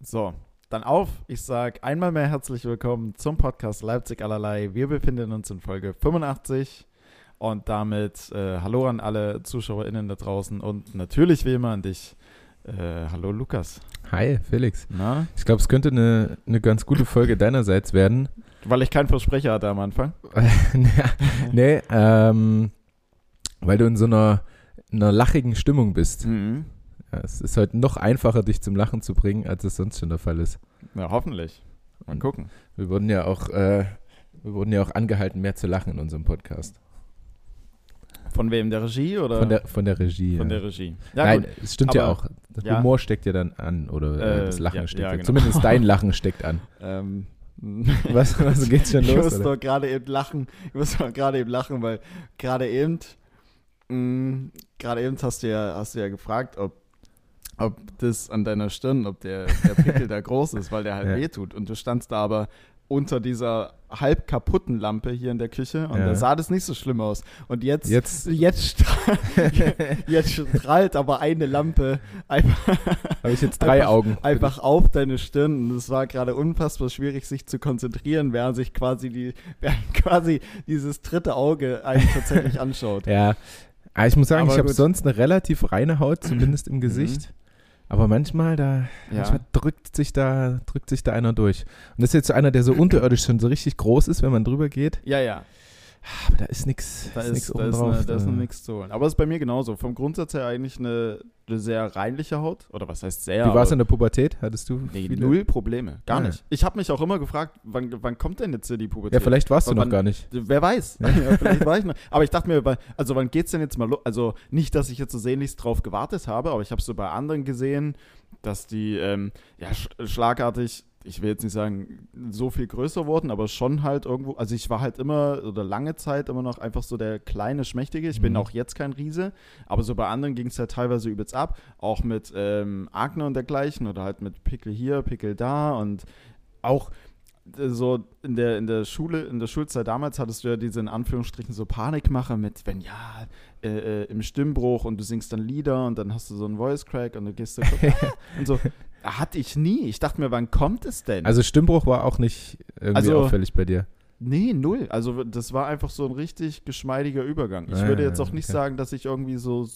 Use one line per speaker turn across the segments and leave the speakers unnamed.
So, dann auf. Ich sage einmal mehr herzlich willkommen zum Podcast Leipzig allerlei. Wir befinden uns in Folge 85 und damit äh, hallo an alle ZuschauerInnen da draußen und natürlich wie immer an dich. Äh, hallo Lukas.
Hi, Felix.
Na?
Ich glaube, es könnte eine, eine ganz gute Folge deinerseits werden.
Weil ich keinen Versprecher hatte am Anfang.
nee, ähm, weil du in so einer, einer lachigen Stimmung bist.
Mhm.
Ja, es ist heute noch einfacher, dich zum Lachen zu bringen, als es sonst schon der Fall ist.
Ja, hoffentlich. Mal gucken.
Wir wurden ja auch, äh, wir wurden ja auch angehalten, mehr zu lachen in unserem Podcast.
Von wem? Der Regie oder?
Von der, von der Regie.
Von
ja.
der Regie. Ja,
Nein,
gut.
es stimmt ja
aber-
auch. Der
ja.
Humor steckt ja dann an oder äh,
Äh,
das Lachen
ja,
steckt
ja,
ja,
genau.
Zumindest dein Lachen steckt an.
Ähm,
Was, was geht's schon
ich
los?
musste
Alter?
doch gerade eben lachen. Ich musste doch gerade eben lachen, weil gerade eben, mh, gerade eben hast du ja, hast du ja gefragt, ob, ob das an deiner Stirn, ob der, der Pickel da groß ist, weil der halt
Ja.
wehtut. Und du standst da aber unter dieser halb kaputten Lampe hier in der Küche und
Ja.
da sah das nicht so schlimm aus. Und jetzt,
Jetzt
jetzt, stra- jetzt strahlt aber eine Lampe einfach
habe ich jetzt drei
Einfach-
Augen.
einfach auf deine Stirn. Und es war gerade unfassbar schwierig, sich zu konzentrieren, während sich quasi die, während quasi dieses dritte Auge einen tatsächlich anschaut.
Ja, aber ich muss sagen,
Aber
ich habe
gut. Mhm.
sonst eine relativ reine Haut, zumindest im Gesicht. Aber manchmal, da, manchmal drückt, sich da, drückt sich da einer durch. Und das ist jetzt so einer, der so unterirdisch schon so richtig groß ist, wenn man drüber geht. Ah,
ja, ja.
Aber da ist nichts
Da
nix äh.
ist, da
oben
ist,
drauf.
eine, da ist
da.
noch nichts zu holen. Aber es ist bei mir genauso. Vom Grundsatz her eigentlich eine, eine sehr reinliche Haut. Oder was heißt sehr?
Wie war es
aber-
in der Pubertät? Hattest du
Nee,
viele?
null Probleme. Gar
Ja.
nicht. Ich habe mich auch immer gefragt, wann, wann kommt denn jetzt hier die Pubertät?
Ja, vielleicht warst du
Aber
noch
wann-
gar nicht.
Wer weiß. Ja, vielleicht war ich noch. Aber ich dachte mir, weil- also wann geht's denn jetzt mal los? Also nicht, dass ich jetzt so sehnlichst drauf gewartet habe, aber ich habe so bei anderen gesehen, dass die ähm, ja sch schlagartig, ich will jetzt nicht sagen, so viel größer wurden, aber schon halt irgendwo. Also ich war halt immer oder lange Zeit immer noch einfach so der kleine Schmächtige. Ich bin
Mhm.
auch jetzt kein Riese, aber so bei anderen ging es halt teilweise übelst ab, auch mit ähm, Akne und dergleichen oder halt mit Pickel hier, Pickel da und auch äh, so in der, in der Schule, in der Schulzeit damals hattest du ja diese in Anführungsstrichen so Panikmache mit, wenn ja, äh, äh, im Stimmbruch und du singst dann Lieder und dann hast du so einen Voice Crack und du gehst so kurz, ah, und so. Hatte ich nie. Ich dachte mir, wann kommt es denn?
Also Stimmbruch war auch nicht irgendwie
Also-
auffällig bei dir.
nee, null. Also das war einfach so ein richtig geschmeidiger Übergang. Ich
Ah,
würde jetzt auch nicht
okay.
sagen, dass ich irgendwie so,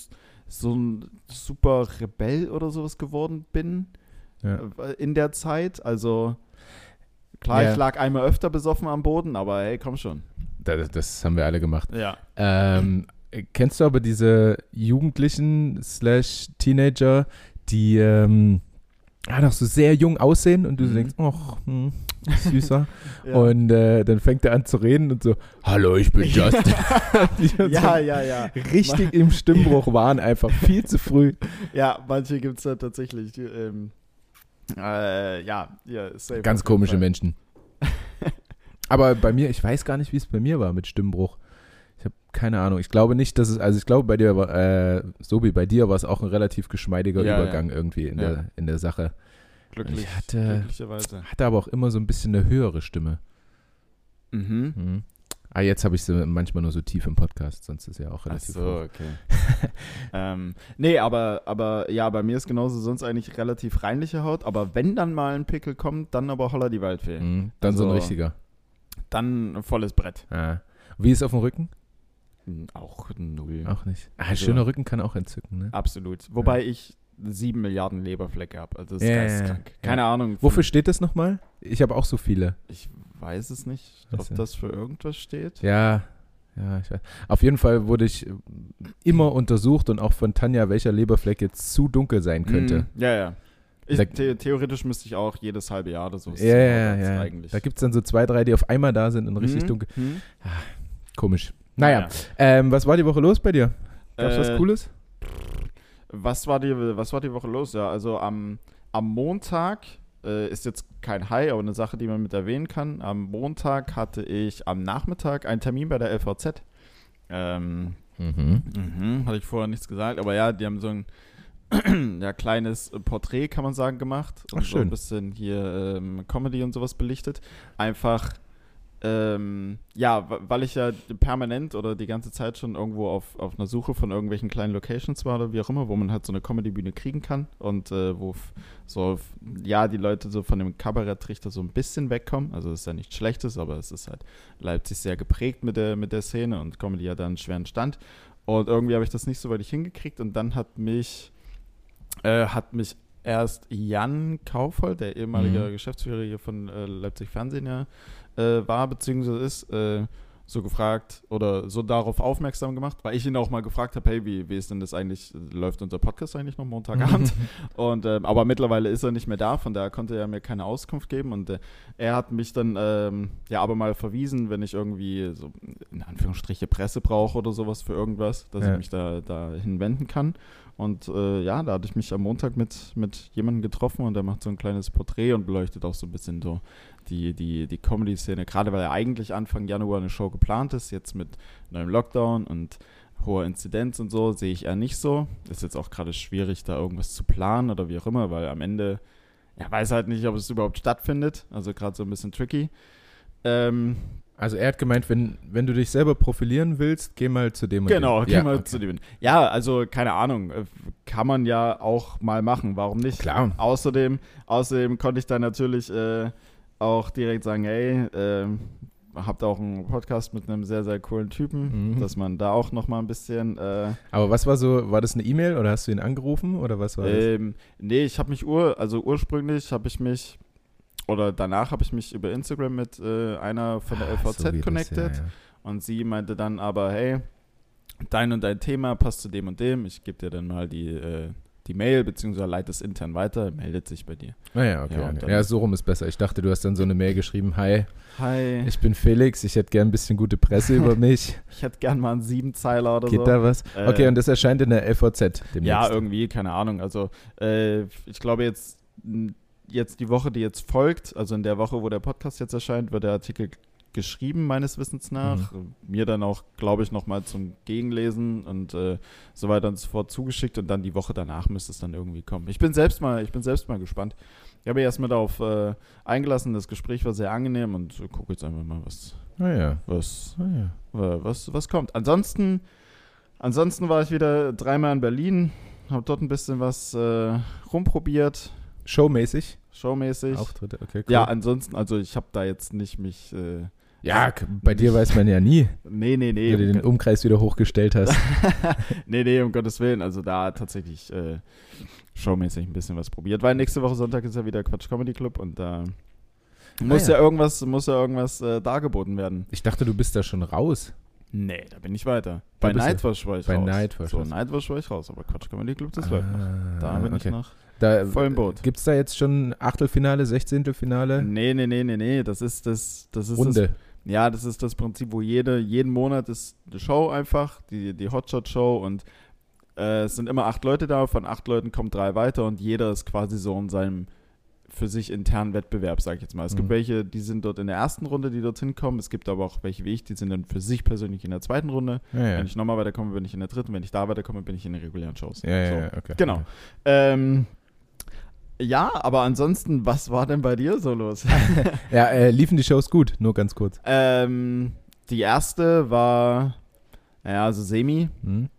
so ein super Rebell oder sowas geworden bin
Ja.
äh, in der Zeit. Also klar,
Ja.
ich lag einmal öfter besoffen am Boden, aber hey, komm schon.
Das, das haben wir alle gemacht.
Ja.
Ähm, kennst du aber diese Jugendlichen slash Teenager, die ähm, ja, noch so sehr jung aussehen und du so
Mhm.
denkst, ach, hm, süßer.
Ja.
Und äh, dann fängt er an zu reden und so, hallo, ich bin Justin. Die dann
ja,
so
ja, ja.
Richtig im Stimmbruch waren einfach viel zu früh.
Ja, manche gibt es da tatsächlich. die, Ähm, äh, ja, ja, safe.
Ganz
auf jeden
komische
Fall.
Menschen. Aber bei mir, ich weiß gar nicht, wie es bei mir war mit Stimmbruch. Ich habe keine Ahnung. Ich glaube nicht, dass es, also ich glaube bei dir, war, äh, Sobi, bei dir war es auch ein relativ geschmeidiger
Ja, ja.
Übergang irgendwie in,
Ja.
der, in der Sache.
Glücklich,
Ich hatte-
glücklicherweise.
Hatte aber auch immer so ein bisschen eine höhere Stimme.
Mhm.
Mhm. Ah, jetzt habe ich sie manchmal nur so tief im Podcast, sonst ist ja auch
Ach
relativ
so,
hoch.
okay. ähm, nee, aber, aber ja, bei mir ist genauso sonst eigentlich relativ reinliche Haut. Aber wenn dann mal ein Pickel kommt, dann aber holla die Waldfee.
Mhm. Dann so ein
Also-
richtiger.
Dann ein volles Brett.
Ah. Wie ist auf dem Rücken?
Mhm, Auch null.
Auch nicht. Ah,
Also-
schöner Rücken kann auch entzücken, ne?
Absolut. Wobei ich sieben Milliarden Leberflecke habe. Also das ist
Ja, ja, ja.
geisteskrank. Keine Ahnung.
Wofür steht das nochmal? Ich habe auch so viele.
Ich weiß es nicht, ob
Weißt du.
das für irgendwas steht.
Ja, ja, ich weiß. Auf jeden Fall wurde ich äh, immer untersucht und auch von Tanja, welcher Leberfleck jetzt zu dunkel sein könnte.
Mm, ja, ja. Ich,
Da-
the theoretisch müsste ich auch jedes halbe Jahr oder so.
Ja, ja,
Das
ja.
Eigentlich.
Da gibt es dann so zwei, drei, die auf einmal da sind und richtig dunkel.
Hm?
Komisch. Naja, Ähm, was war die Woche los bei dir? Gab's was
Äh,
Cooles?
Was war die, was war die Woche los? Ja, also am, am Montag äh, ist jetzt kein High, aber eine Sache, die man mit erwähnen kann. Am Montag hatte ich am Nachmittag einen Termin bei der LVZ. Ähm,
Mhm.
Mhm, hatte ich vorher nichts gesagt, aber ja, die haben so ein ja, kleines Porträt, kann man sagen, gemacht. Und
Ach,
So ein
schön.
bisschen hier ähm, Comedy und sowas belichtet. Einfach ähm, ja, weil ich ja permanent oder die ganze Zeit schon irgendwo auf, auf einer Suche von irgendwelchen kleinen Locations war oder wie auch immer, wo man halt so eine Comedy-Bühne kriegen kann und äh, wo so, ja, die Leute so von dem Kabaretttrichter so ein bisschen wegkommen. Also ist ja nichts Schlechtes, aber es ist halt Leipzig sehr geprägt mit der, mit der Szene und Comedy ja da einen schweren Stand. Und irgendwie habe ich das nicht so wirklich hingekriegt und dann hat mich, äh, hat mich erst Jan Kaufold, der ehemalige mhm. Geschäftsführer hier von äh, Leipzig Fernsehen ja, äh, war bzw. ist, äh, so gefragt oder so darauf aufmerksam gemacht, weil ich ihn auch mal gefragt habe, hey, wie, wie ist denn das eigentlich, läuft unser Podcast eigentlich noch Montagabend? und ähm, aber mittlerweile ist er nicht mehr da, von daher konnte er mir keine Auskunft geben und äh, er hat mich dann ähm, ja aber mal verwiesen, wenn ich irgendwie so in Anführungsstriche Presse brauche oder sowas für irgendwas, dass ja. ich mich da dahin wenden kann. Und äh, ja, da hatte ich mich am Montag mit, mit jemandem getroffen und der macht so ein kleines Porträt und beleuchtet auch so ein bisschen so die, die, die Comedy-Szene, gerade weil ja eigentlich Anfang Januar eine Show geplant ist, jetzt mit neuem Lockdown und hoher Inzidenz und so, sehe ich eher nicht so. Ist jetzt auch gerade schwierig, da irgendwas zu planen oder wie auch immer, weil am Ende, er weiß halt nicht, ob es überhaupt stattfindet. Also gerade so ein bisschen tricky. Ähm,
also er hat gemeint, wenn, wenn du dich selber profilieren willst, geh mal zu dem.
Genau,
dem.
geh ja, mal okay. zu dem. Ja, also keine Ahnung, kann man ja auch mal machen, warum nicht?
Klar.
Außerdem, außerdem konnte ich dann natürlich äh, auch direkt sagen, hey, äh, habt auch einen Podcast mit einem sehr, sehr coolen Typen, mhm. dass man da auch noch mal ein bisschen. Äh,
Aber was war so, war das eine E-Mail oder hast du ihn angerufen oder was war
ähm, das? Nee, ich habe mich ur, also ursprünglich habe ich mich oder danach habe ich mich über Instagram mit äh, einer von der ah, LVZ so connected. Das, ja, ja. Und sie meinte dann aber, hey, dein und dein Thema passt zu dem und dem. Ich gebe dir dann mal die, äh, die Mail, beziehungsweise leite es intern weiter, meldet sich bei dir.
Naja, ah, okay. Ja, okay. ja, so rum ist besser. Ich dachte, du hast dann so eine Mail geschrieben, hi.
Hi.
Ich bin Felix, ich hätte gern ein bisschen gute Presse über mich.
ich hätte gern mal einen Siebenzeiler oder
Geht
so.
Geht da was? Äh, okay, und das erscheint in der LVZ
demnächst. Ja, irgendwie, keine Ahnung. Also, ich glaube jetzt jetzt die Woche, die jetzt folgt, also in der Woche, wo der Podcast jetzt erscheint, wird der Artikel geschrieben, meines Wissens nach. Mhm. Mir dann auch, glaube ich, nochmal zum Gegenlesen und äh, so weiter und so fort zugeschickt und dann die Woche danach müsste es dann irgendwie kommen. Ich bin selbst mal, ich bin selbst mal gespannt. Ich habe erstmal darauf äh, eingelassen, das Gespräch war sehr angenehm und äh, gucke jetzt einfach mal, was,
Ah, ja.
Was, ja. was, was kommt. Ansonsten, ansonsten war ich wieder dreimal in Berlin, habe dort ein bisschen was äh, rumprobiert.
Showmäßig?
Showmäßig.
Auftritte, okay.
Cool. Ja, ansonsten, also ich habe da jetzt nicht mich. Äh,
ja, bei nicht, dir weiß man ja nie.
nee, nee, nee. um
Wenn du den Umkreis wieder hochgestellt hast.
nee, nee, um Gottes Willen. Also da tatsächlich äh, showmäßig ein bisschen was probiert. Weil nächste Woche Sonntag ist ja wieder Quatsch Comedy Club und da. Äh, muss ja. ja. irgendwas, muss ja irgendwas äh, dargeboten werden.
Ich dachte, du bist da schon raus.
Nee, da bin ich weiter. Bei Nightwash war ich
bei
raus.
Bei Nightwash.
So, Nightwash war ich raus, aber Quatsch Comedy Club, das ah, läuft noch. Da bin okay. ich noch.
Da,
Voll im Boot.
Gibt es da jetzt schon Achtelfinale, Sechzehntelfinale?
Nee, nee, nee, nee, nee. Das ist das, das ist
Runde.
Das, ja, das ist das Prinzip, wo jede, jeden Monat ist eine Show einfach, die, die Hotshot-Show und äh, es sind immer acht Leute da, von acht Leuten kommen drei weiter und jeder ist quasi so in seinem für sich internen Wettbewerb, sag ich jetzt mal. Es mhm. gibt welche, die sind dort in der ersten Runde, die dort hinkommen. Es gibt aber auch welche wie ich, die sind dann für sich persönlich in der zweiten Runde.
Ja, ja.
Wenn ich nochmal weiterkomme, bin ich in der dritten. Wenn ich da weiterkomme, bin ich in den regulären Shows.
Ja, so. ja, okay.
Genau. Okay. Ähm, ja, aber ansonsten, was war denn bei dir so los?
ja, äh, liefen die Shows gut, nur ganz kurz.
Ähm, die erste war, naja, also semi.
Mhm.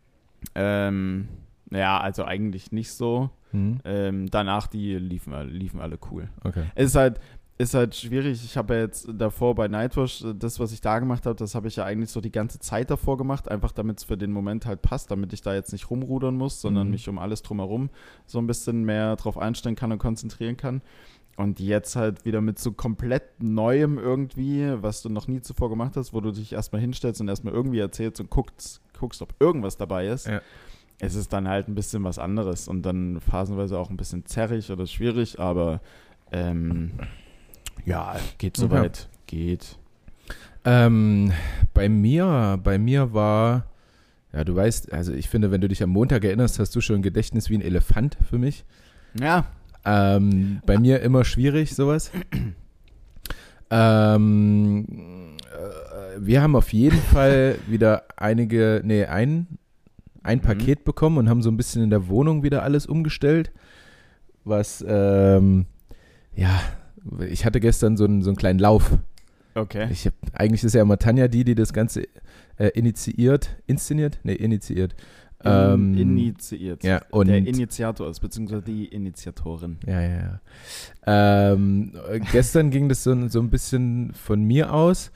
Ähm, ja, also eigentlich nicht so.
Mhm.
Ähm, danach, die liefen, liefen alle cool.
Okay.
Es ist halt, ist halt schwierig. Ich habe ja jetzt davor bei Nightwish, äh, das, was ich da gemacht habe, das habe ich ja eigentlich so die ganze Zeit davor gemacht, einfach damit es für den Moment halt passt, damit ich da jetzt nicht rumrudern muss, sondern mhm. mich um alles drumherum so ein bisschen mehr drauf einstellen kann und konzentrieren kann. Und jetzt halt wieder mit so komplett Neuem irgendwie, was du noch nie zuvor gemacht hast, wo du dich erstmal hinstellst und erstmal irgendwie erzählst und guckst, guckst ob irgendwas dabei ist.
Ja
es ist dann halt ein bisschen was anderes und dann phasenweise auch ein bisschen zerrig oder schwierig, aber ähm, ja, geht soweit. Okay. Geht.
Ähm, bei mir, bei mir war, ja, du weißt, also ich finde, wenn du dich am Montag erinnerst, hast du schon ein Gedächtnis wie ein Elefant für mich.
Ja.
Ähm, bei mir immer schwierig, sowas. ähm, äh, wir haben auf jeden Fall wieder einige, nee, einen ein mhm. Paket bekommen und haben so ein bisschen in der Wohnung wieder alles umgestellt. Was, ähm, ja, ich hatte gestern so einen, so einen kleinen Lauf.
Okay.
Ich hab, eigentlich ist ja immer Tanja die, die das Ganze äh, initiiert, inszeniert? Nee, initiiert. Ähm,
initiiert.
ja, und-
der Initiator ist, beziehungsweise die Initiatorin.
Ja, ja, ja. Ähm, äh, gestern ging das so, so ein bisschen von mir aus,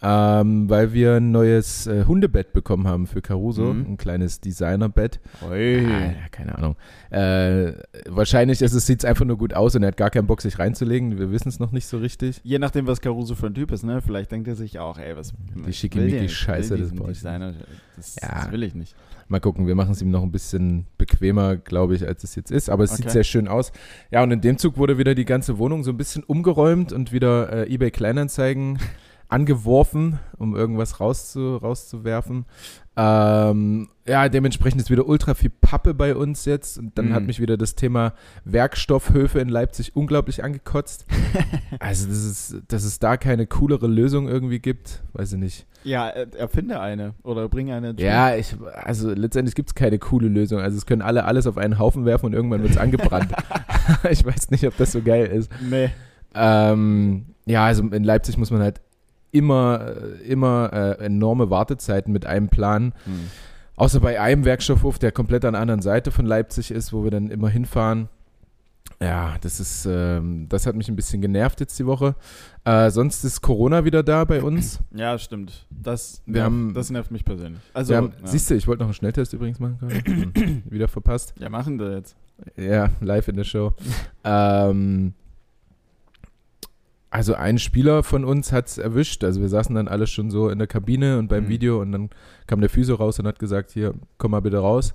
ähm, weil wir ein neues äh, Hundebett bekommen haben für Caruso,
Mhm.
ein kleines Designerbett. Ah,
Ui.
ja, keine Ahnung. Äh, wahrscheinlich sieht es sieht's einfach nur gut aus und er hat gar keinen Bock, sich reinzulegen. Wir wissen es noch nicht so richtig.
Je nachdem, was Caruso für ein Typ ist, ne? Vielleicht denkt er sich auch, ey, was.
Die schickimicki-Scheiße,
will
das
diesen
brauch ich
Designer, das,
Ja.
das will ich nicht.
Mal gucken, wir machen es ihm noch ein bisschen bequemer, glaube ich, als es jetzt ist. Aber es sieht
Okay.
sehr schön aus. Ja, und in dem Zug wurde wieder die ganze Wohnung so ein bisschen umgeräumt und wieder äh, eBay Kleinanzeigen angeworfen, um irgendwas rauszu, rauszuwerfen. Ähm, ja, dementsprechend ist wieder ultra viel Pappe bei uns jetzt. Und dann
Mhm.
hat mich wieder das Thema Werkstoffhöfe in Leipzig unglaublich angekotzt. also, das ist, dass es da keine coolere Lösung irgendwie gibt, weiß ich nicht.
Ja, äh, erfinde eine oder bring eine. ins
Ja, ich, also letztendlich gibt es keine coole Lösung. Also es können alle alles auf einen Haufen werfen und irgendwann wird es angebrannt. ich weiß nicht, ob das so geil ist.
Spiel. Nee.
Ähm, ja, also in Leipzig muss man halt immer, äh, immer äh, enorme Wartezeiten mit einem planen.
Hm.
Außer bei einem Werkstoffhof, der komplett an der anderen Seite von Leipzig ist, wo wir dann immer hinfahren. Ja, das ist, ähm, das hat mich ein bisschen genervt jetzt die Woche. Äh, sonst ist Corona wieder da bei uns.
Ja, stimmt. Das,
Wir
nervt,
haben-
das nervt mich persönlich. Also,
Wir haben,
ja.
Siehst du, ich wollte noch einen Schnelltest übrigens machen. Karl. Hm, Wieder verpasst.
ja, machen wir jetzt.
Ja, live in der Show. ähm, also ein Spieler von uns hat es erwischt. Also wir saßen dann alle schon so in der Kabine und beim
Mhm.
Video und dann kam der Physio raus und hat gesagt, hier, komm mal bitte raus.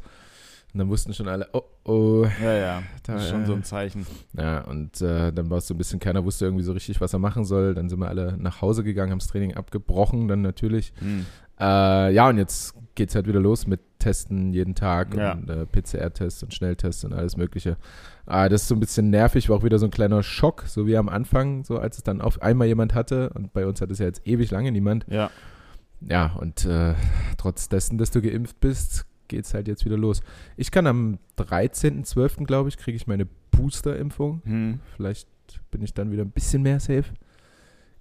Und dann wussten schon alle, oh, oh.
Ja, ja.
Da,
Das ist schon
äh,
so ein Zeichen.
Ja, und äh, dann war es so ein bisschen, keiner wusste irgendwie so richtig, was er machen soll. Dann sind wir alle nach Hause gegangen, haben das Training abgebrochen, dann natürlich.
Hm.
Äh, ja, und jetzt geht's halt wieder los mit Testen jeden Tag
Ja.
und äh, PCR-Tests und Schnelltests und alles Mögliche. Äh, das ist so ein bisschen nervig, war auch wieder so ein kleiner Schock, so wie am Anfang, so als es dann auf einmal jemand hatte und bei uns hat es ja jetzt ewig lange niemand.
Ja.
Ja, und äh, trotz dessen, dass du geimpft bist, geht's halt jetzt wieder los. Ich kann am 13.12., glaube ich, kriege ich meine Booster-Impfung.
Hm.
Vielleicht bin ich dann wieder ein bisschen mehr safe.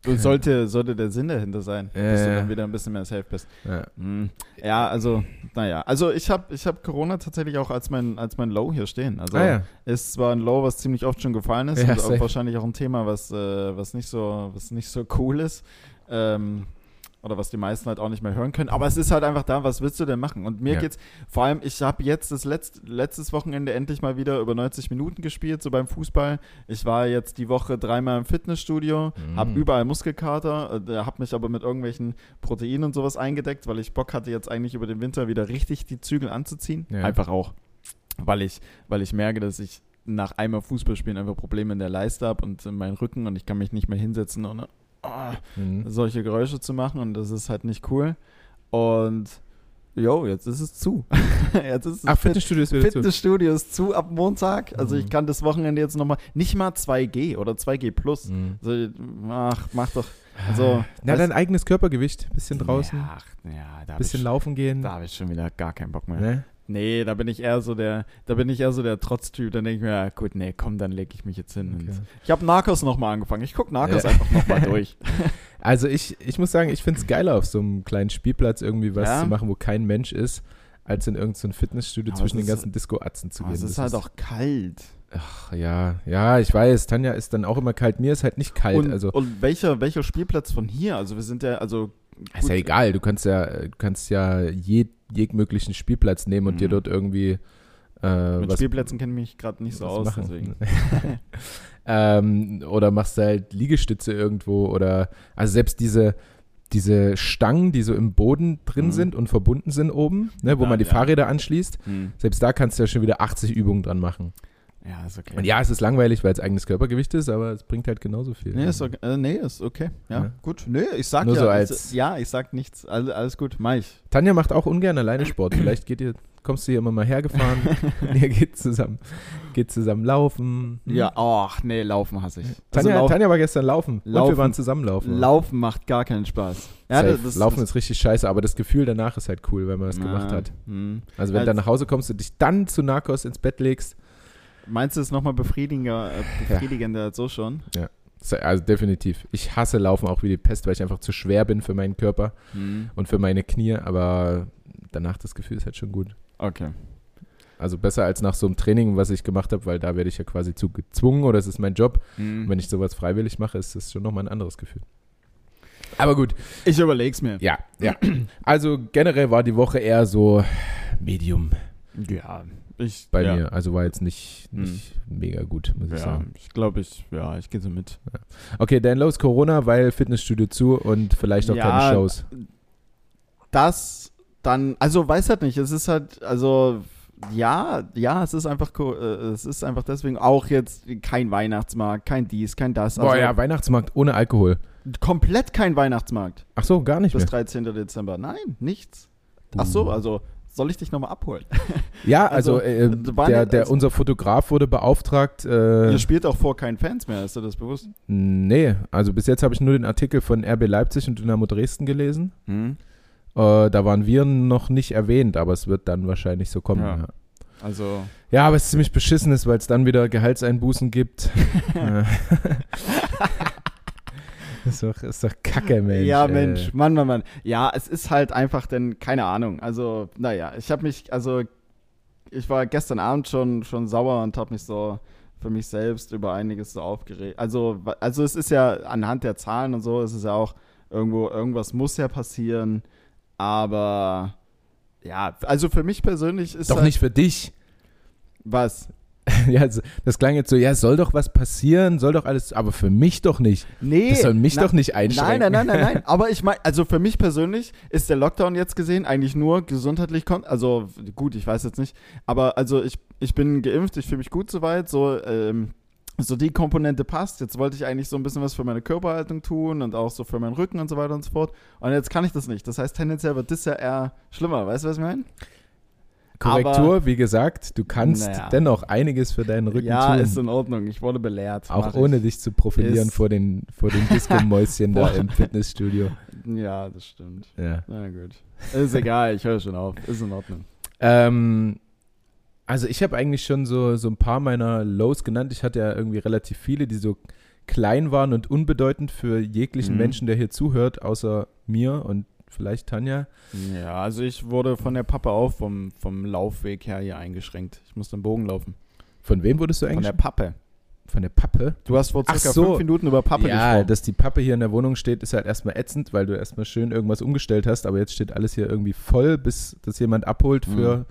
Und sollte, sollte der Sinn dahinter sein, dass du
Äh.
dann wieder ein bisschen mehr safe bist.
Ja.
Hm. Ja, also, naja. Also, ich habe ich hab Corona tatsächlich auch als mein, als mein Low hier stehen. Also,
Ah, ja.
ist zwar ein Low, was ziemlich oft schon gefallen ist
Ja,
und
safe.
auch wahrscheinlich auch ein Thema, was, äh, was, nicht, so, was nicht so cool ist. Ähm, oder was die meisten halt auch nicht mehr hören können. Aber es ist halt einfach da, was willst du denn machen? Und mir
Ja.
geht's, vor allem, ich habe jetzt das letzt, letztes Wochenende endlich mal wieder über 90 Minuten gespielt, so beim Fußball. Ich war jetzt die Woche dreimal im Fitnessstudio,
Mhm.
habe überall Muskelkater, äh, habe mich aber mit irgendwelchen Proteinen und sowas eingedeckt, weil ich Bock hatte, jetzt eigentlich über den Winter wieder richtig die Zügel anzuziehen.
Ja.
Einfach auch, weil ich, weil ich merke, dass ich nach einmal Fußballspielen einfach Probleme in der Leiste habe und in meinem Rücken und ich kann mich nicht mehr hinsetzen, ohne ah,
Mhm.
solche Geräusche zu machen und das ist halt nicht cool. Und jo, jetzt ist es zu. jetzt ist es
Ach,
fit.
Fitnessstudio ist wieder zu.
Fitnessstudio ist zu ab Montag. Also ich
Mhm.
kann das Wochenende jetzt nochmal, nicht mal 2G oder 2G plus.
Mhm.
Also, ach, mach doch. Also,
Na,
weißt-
dein eigenes Körpergewicht. Bisschen draußen,
Ja, Ach, ja, da habe ich,
bisschen laufen gehen.
da hab ich schon wieder gar keinen Bock mehr.
Ne?
Nee, da bin ich eher so der, da bin ich eher so der Trotztyp. Dann denke ich mir, ja, gut, nee, komm, dann leg ich mich jetzt hin.
Okay.
Und Ich habe Narcos nochmal angefangen. Ich gucke Narcos
Ja.
einfach nochmal durch.
Also ich, ich muss sagen, ich finde es geiler, auf so einem kleinen Spielplatz irgendwie was
Ja.
zu machen, wo kein Mensch ist, als in irgendein so ein Fitnessstudio
Aber
zwischen
es
den
ist-
ganzen Disco-Atzen zu
Aber
gehen.
es ist
Das
halt auch kalt.
Ach, ja, ja, ich weiß. Tanja ist dann auch immer kalt. Mir ist halt nicht kalt.
und
also
und welcher, welcher Spielplatz von hier? Also wir sind ja, also
ist ja egal. Du kannst ja, äh, du kannst ja je, jegmöglichen Spielplatz nehmen und
Mhm.
dir dort irgendwie äh,
mit
was
Spielplätzen kenne ich mich gerade nicht so
was
aus.
machen.
Deswegen.
ähm, oder machst du halt Liegestütze irgendwo oder also selbst diese diese Stangen, die so im Boden drin
Mhm.
sind und verbunden sind oben, ne, wo
Ja,
man die
ja.
Fahrräder anschließt,
Hm.
selbst da kannst du ja schon wieder 80 Übungen dran machen.
Ja, ist okay.
Und ja, es ist langweilig, weil es eigenes Körpergewicht ist, aber es bringt halt genauso viel.
Nee, ist okay. Äh, nee, ist okay. Ja,
Ja.
gut. Nee, ich sag
Nur
ja,
so
ich-
als-
ja, ich sag nichts. Alles, alles gut, mach ich.
Tanja macht auch ungern alleine Sport. Vielleicht geht ihr, kommst du hier immer mal hergefahren, und ihr geht zusammen, geht zusammen laufen. Hm.
Ja, ach nee, laufen hasse ich. Also
Tanja,
Lau-
Tanja war gestern laufen, und wir
Laufen.
waren zusammen laufen.
Laufen macht gar keinen Spaß. Ja,
Safe.
das- das-
laufen ist richtig scheiße, aber das Gefühl danach ist halt cool, wenn man das
Na,
gemacht hat.
hm.
Also wenn du
Als-
dann nach Hause kommst und dich dann zu Narcos ins Bett legst,
Meinst du es nochmal befriedigender, äh,
Ja.
befriedigender als so schon?
Ja. Also definitiv. Ich hasse Laufen auch wie die Pest, weil ich einfach zu schwer bin für meinen Körper
Mhm.
und für meine Knie, aber danach das Gefühl ist halt schon gut.
Okay.
Also besser als nach so einem Training, was ich gemacht habe, weil da werde ich ja quasi zu gezwungen oder es ist mein Job. Und
Mhm.
wenn ich sowas freiwillig mache, ist das schon nochmal ein anderes Gefühl. Aber gut,
Ich überleg's mir.
ja, ja. Also generell war die Woche eher so Medium
Ja. Ich,
bei
ja. Hm.
mir. Also war jetzt nicht, nicht mega gut, muss ich
Ja,
sagen.
ich glaube, ich, ja, ich gehe so mit.
Okay, dein Low ist Corona, weil Fitnessstudio zu und vielleicht auch
Ja,
keine Shows.
Das dann, also weiß halt nicht, es ist halt, also ja, ja, es ist einfach, co- äh, es ist einfach deswegen auch jetzt kein Weihnachtsmarkt, kein dies, kein das. Also
Boah, ja, Weihnachtsmarkt ohne Alkohol.
komplett kein Weihnachtsmarkt
Ach so, gar nicht
bis
mehr.
13. Dezember. Nein, nichts. Ach so, also soll ich dich nochmal abholen?
Ja, also,
also,
äh,
d- waren
der,
ja-
der,
also-
unser Fotograf wurde beauftragt. Äh,
Ihr spielt auch vor keinen Fans mehr, ist dir das bewusst?
nee, also bis jetzt habe ich nur den Artikel von RB Leipzig und Dynamo Dresden gelesen.
Hm.
Äh, da waren wir noch nicht erwähnt, aber es wird dann wahrscheinlich so kommen.
Ja.
Ja,
Also,
ja aber es ist ziemlich beschissen ist, weil es dann wieder Gehaltseinbußen gibt. Äh. ist, doch, ist doch kacke, Mensch.
ja,
ey.
Mensch, Mann, Mann, Mann. Ja, es ist halt einfach, denn keine Ahnung. Also, naja, ich habe mich, also, ich war gestern Abend schon, schon sauer und habe mich so für mich selbst über einiges so aufgeregt. Also, wa- also es ist ja anhand der Zahlen und so, es ist ja auch irgendwo, irgendwas muss ja passieren, aber. Ja, also für mich persönlich ist
Doch
halt,
nicht für dich.
was.
ja, also, das klang jetzt so, ja, soll doch was passieren, soll doch alles, aber für mich doch nicht.
Nee.
Das soll mich
Eh, na-
doch nicht einschränken.
Nein, nein, nein, nein, nein. Aber ich meine, also für mich persönlich ist der Lockdown jetzt gesehen eigentlich nur gesundheitlich, kon also gut, ich weiß jetzt nicht, aber also ich, ich bin geimpft, ich fühle mich gut soweit, so, ähm, so die Komponente passt. Jetzt wollte ich eigentlich so ein bisschen was für meine Körperhaltung tun und auch so für meinen Rücken und so weiter und so fort. Und jetzt kann ich das nicht. Das heißt, tendenziell wird das ja eher schlimmer. Weißt du, was ich meine?
Korrektur, wie gesagt, du kannst
Naja.
dennoch einiges für deinen Rücken
Ja,
tun.
ist in Ordnung. Ich wurde belehrt.
auch
Mach
ohne dich zu profilieren
Ist-
vor den, vor den Disco-Mäuschen da
Boah.
im Fitnessstudio.
Ich. Ja, das stimmt.
Ja.
Na gut. Ist egal, ich höre schon auf. Ist in Ordnung.
Ähm, also ich habe eigentlich schon so, so ein paar meiner Lows genannt. Ich hatte ja irgendwie relativ viele, die so klein waren und unbedeutend für jeglichen
Mhm.
Menschen, der hier zuhört, außer mir und vielleicht Tanja.
Ja, also ich wurde von der Pappe auf vom, vom Laufweg her hier eingeschränkt. Ich musste im Bogen laufen.
Von wem wurdest du
Von
eigentlich?
der Pappe.
Von der Pappe?
Du hast vor
Ach
circa
so.
fünf Minuten über Pappe
ja,
gesprochen.
dass die Pappe hier in der Wohnung steht, ist halt erstmal ätzend, weil du erstmal schön irgendwas umgestellt hast, aber jetzt steht alles hier irgendwie voll, bis das jemand abholt für,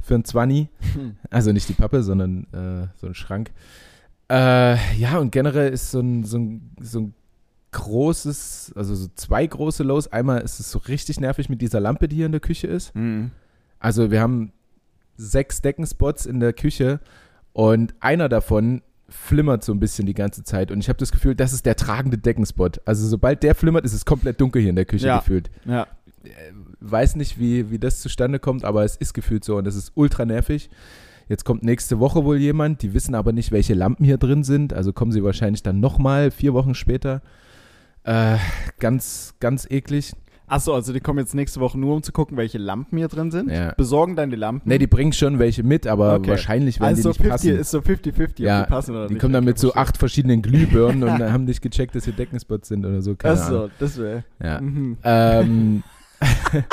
für ein Zwanni.
Hm.
Also nicht die Pappe, sondern äh, so ein Schrank. Äh, ja, und generell ist so ein, so, ein, so ein großes, also so zwei große Lows. Einmal ist es so richtig nervig mit dieser Lampe, die hier in der Küche ist.
Mhm.
Also wir haben sechs Deckenspots in der Küche und einer davon flimmert so ein bisschen die ganze Zeit. Und ich habe das Gefühl, das ist der tragende Deckenspot. Also sobald der flimmert, ist es komplett dunkel hier in der Küche
Ja.
gefühlt. Äh,
Ja.
Weiß nicht, wie, wie das zustande kommt, aber es ist gefühlt so und das ist ultra nervig. Jetzt kommt nächste Woche wohl jemand, die wissen aber nicht, welche Lampen hier drin sind. Also kommen sie wahrscheinlich dann nochmal vier Wochen später. Äh, ganz, ganz eklig.
Achso, also die kommen jetzt nächste Woche nur, um zu gucken, welche Lampen hier drin sind.
Ja.
Besorgen dann die Lampen.
Ne, die bringen schon welche mit, aber
Okay.
wahrscheinlich werden die
also
nicht passen.
50, ist so 50-50,
Ja,
ob die passen oder
Die
nicht.
kommen dann
Okay,
mit so
verstehe.
acht verschiedenen Glühbirnen und dann haben nicht gecheckt, dass hier Deckenspots sind oder so. Keine
Ach
Ahnung.
so, das wäre.
Ja.
Mhm.
Ähm,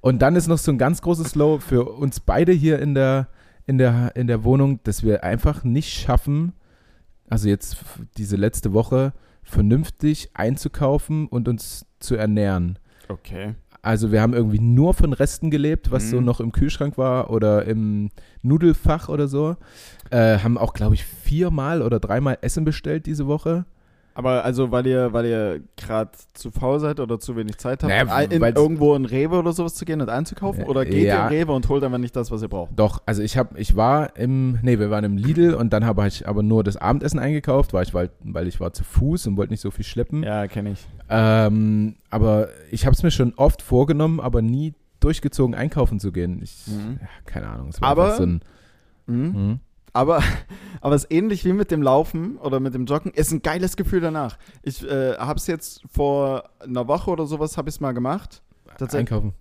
und dann ist noch so ein ganz großes Low für uns beide hier in der, in der, in der Wohnung, dass wir einfach nicht schaffen, also jetzt f- diese letzte Woche vernünftig einzukaufen und uns zu ernähren.
Okay.
Also wir haben irgendwie nur von Resten gelebt, was
Mhm.
so noch im Kühlschrank war oder im Nudelfach oder so. Äh, haben auch, glaube ich, viermal oder dreimal Essen bestellt diese Woche.
Aber also, weil ihr, weil ihr gerade zu faul seid oder zu wenig Zeit habt,
Naja,
in,
weil's-
irgendwo in Rewe oder sowas zu gehen und einzukaufen? Oder geht
Ja.
ihr in Rewe und holt einfach nicht das, was ihr braucht?
Doch, also ich habe, ich war im, nee, wir waren im Lidl und dann habe ich aber nur das Abendessen eingekauft, weil ich, weil, weil ich war zu Fuß und wollte nicht so viel schleppen.
Ja, kenne ich.
Ähm, aber ich habe es mir schon oft vorgenommen, aber nie durchgezogen einkaufen zu gehen. Ich,
Mhm.
ja, keine Ahnung. Es war
Aber-
einfach so ein,
Mhm.
Mhm.
Aber, aber es ist ähnlich wie mit dem Laufen oder mit dem Joggen, ist ein geiles Gefühl danach. Ich äh, habe es jetzt vor einer Woche oder sowas, habe ich es mal gemacht. Tatsächlich.
einkaufen.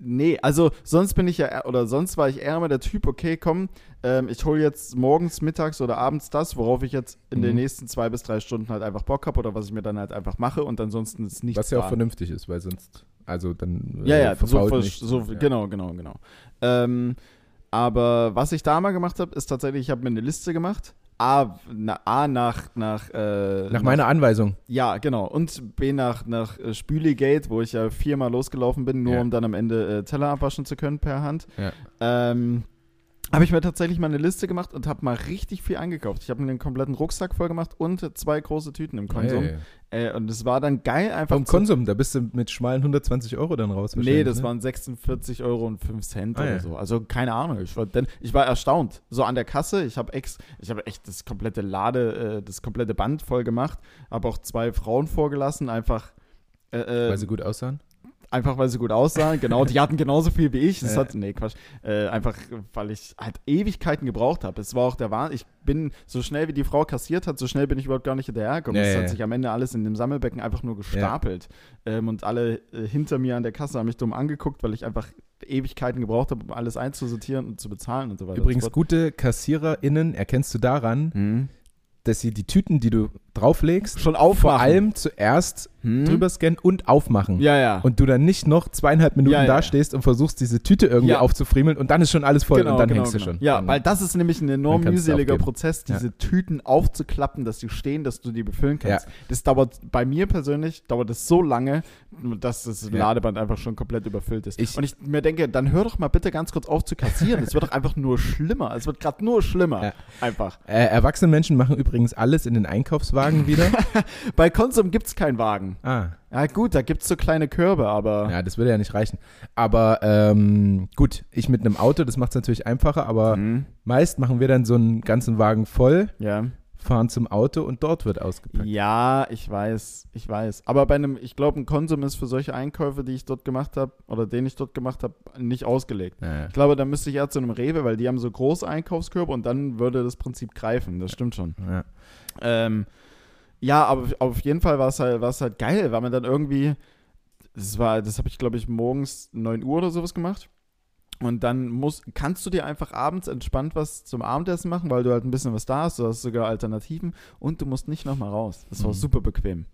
Nee, also sonst bin ich ja, oder sonst war ich eher immer der Typ, okay, komm, ähm, ich hole jetzt morgens, mittags oder abends das, worauf ich jetzt in den
Mhm.
nächsten zwei bis drei Stunden halt einfach Bock habe oder was ich mir dann halt einfach mache und ansonsten ist nichts
Was ja auch
da.
vernünftig ist, weil sonst, also dann äh,
Ja, ja, so,
verfault
ver-
nichts.
so
ja.
genau, genau, genau. Ähm, aber was ich da mal gemacht habe, ist tatsächlich, ich habe mir eine Liste gemacht. A, na, A nach, nach, äh,
Nach meiner Anweisung.
Ja, genau. Und B nach, nach äh, Spüligate, wo ich ja viermal losgelaufen bin, nur
Ja.
um dann am Ende äh, Teller abwaschen zu können per Hand.
Ja.
Ähm, habe ich mir tatsächlich mal eine Liste gemacht und habe mal richtig viel eingekauft. Ich habe mir den kompletten Rucksack voll gemacht und zwei große Tüten im Konsum.
Hey.
Äh, und es war dann geil einfach.
Vom
zu-
Konsum, da bist du mit schmalen 120 Euro dann raus.
Nee,
wahrscheinlich,
das
ne?
waren 46,05 Euro
Ah,
oder
ja.
so. Also keine Ahnung. Ich war, denn, ich war erstaunt. So an der Kasse, ich habe ex, ich habe echt das komplette Lade, äh, das komplette Band voll gemacht. Habe auch zwei Frauen vorgelassen, einfach. äh, äh,
Weil sie gut aussahen?
Einfach weil sie gut aussahen, genau. Die hatten genauso viel wie ich. Das
Ja.
hat, nee, Quatsch. Äh, einfach, weil ich halt Ewigkeiten gebraucht habe. Es war auch der Wahnsinn. Ich bin so schnell, wie die Frau kassiert hat, so schnell bin ich überhaupt gar nicht hinterhergekommen.
Ja,
es
ja,
hat
ja.
sich am Ende alles in dem Sammelbecken einfach nur gestapelt. Ähm, und alle äh, hinter mir an der Kasse haben mich dumm angeguckt, weil ich einfach Ewigkeiten gebraucht habe, um alles einzusortieren und zu bezahlen und so weiter.
Übrigens,
und so fort.
gute KassiererInnen erkennst du daran,
Hm.
dass sie die Tüten, die du drauflegst,
Schon aufmachen.
vor allem zuerst
Hm?
drüber scannen und aufmachen.
Ja, ja.
Und du dann nicht noch zweieinhalb Minuten
Ja, ja, ja.
dastehst und versuchst, diese Tüte irgendwie
Ja.
aufzufriemeln und dann ist schon alles voll und dann hängst du
genau.
schon. Äh,
Ja,
Dann-
weil das ist nämlich ein enorm
dann kannst du
mühseliger
aufgeben.
Prozess, diese Tüten aufzuklappen, dass die stehen, dass du die befüllen kannst.
Ja.
Das dauert bei mir persönlich dauert es so lange, dass das
Ja.
Ladeband einfach schon komplett überfüllt ist.
Ich-
Und ich mir denke, dann hör doch mal bitte ganz kurz auf zu kassieren. Es wird doch einfach nur schlimmer. Es wird gerade nur schlimmer.
Ja.
Einfach.
äh, erwachsene Menschen machen übrigens alles in den Einkaufswagen wieder.
Bei Konsum gibt es keinen Wagen.
ah,
Ja gut, da gibt es so kleine Körbe, aber
ja, das würde ja nicht reichen. Aber ähm, gut, ich mit einem Auto, das macht es natürlich einfacher, aber
Mhm.
meist machen wir dann so einen ganzen Wagen voll,
ja.
fahren zum Auto und dort wird ausgepackt.
Ja, ich weiß, ich weiß. Aber bei einem, ich glaube, ein Konsum ist für solche Einkäufe, die ich dort gemacht habe, oder den ich dort gemacht habe, nicht ausgelegt.
Naja.
Ich glaube, da müsste ich eher zu einem Rewe, weil die haben so große Einkaufskörbe und dann würde das Prinzip greifen. Das stimmt schon.
Ja.
Ähm, ja, aber auf jeden Fall war es halt, war's halt geil, weil man dann irgendwie, das war, das habe ich glaube ich morgens 9 Uhr oder sowas gemacht. Und dann muss, kannst du dir einfach abends entspannt was zum Abendessen machen, weil du halt ein bisschen was da hast, du hast sogar Alternativen und du musst nicht nochmal raus. Das war
Mhm.
super bequem.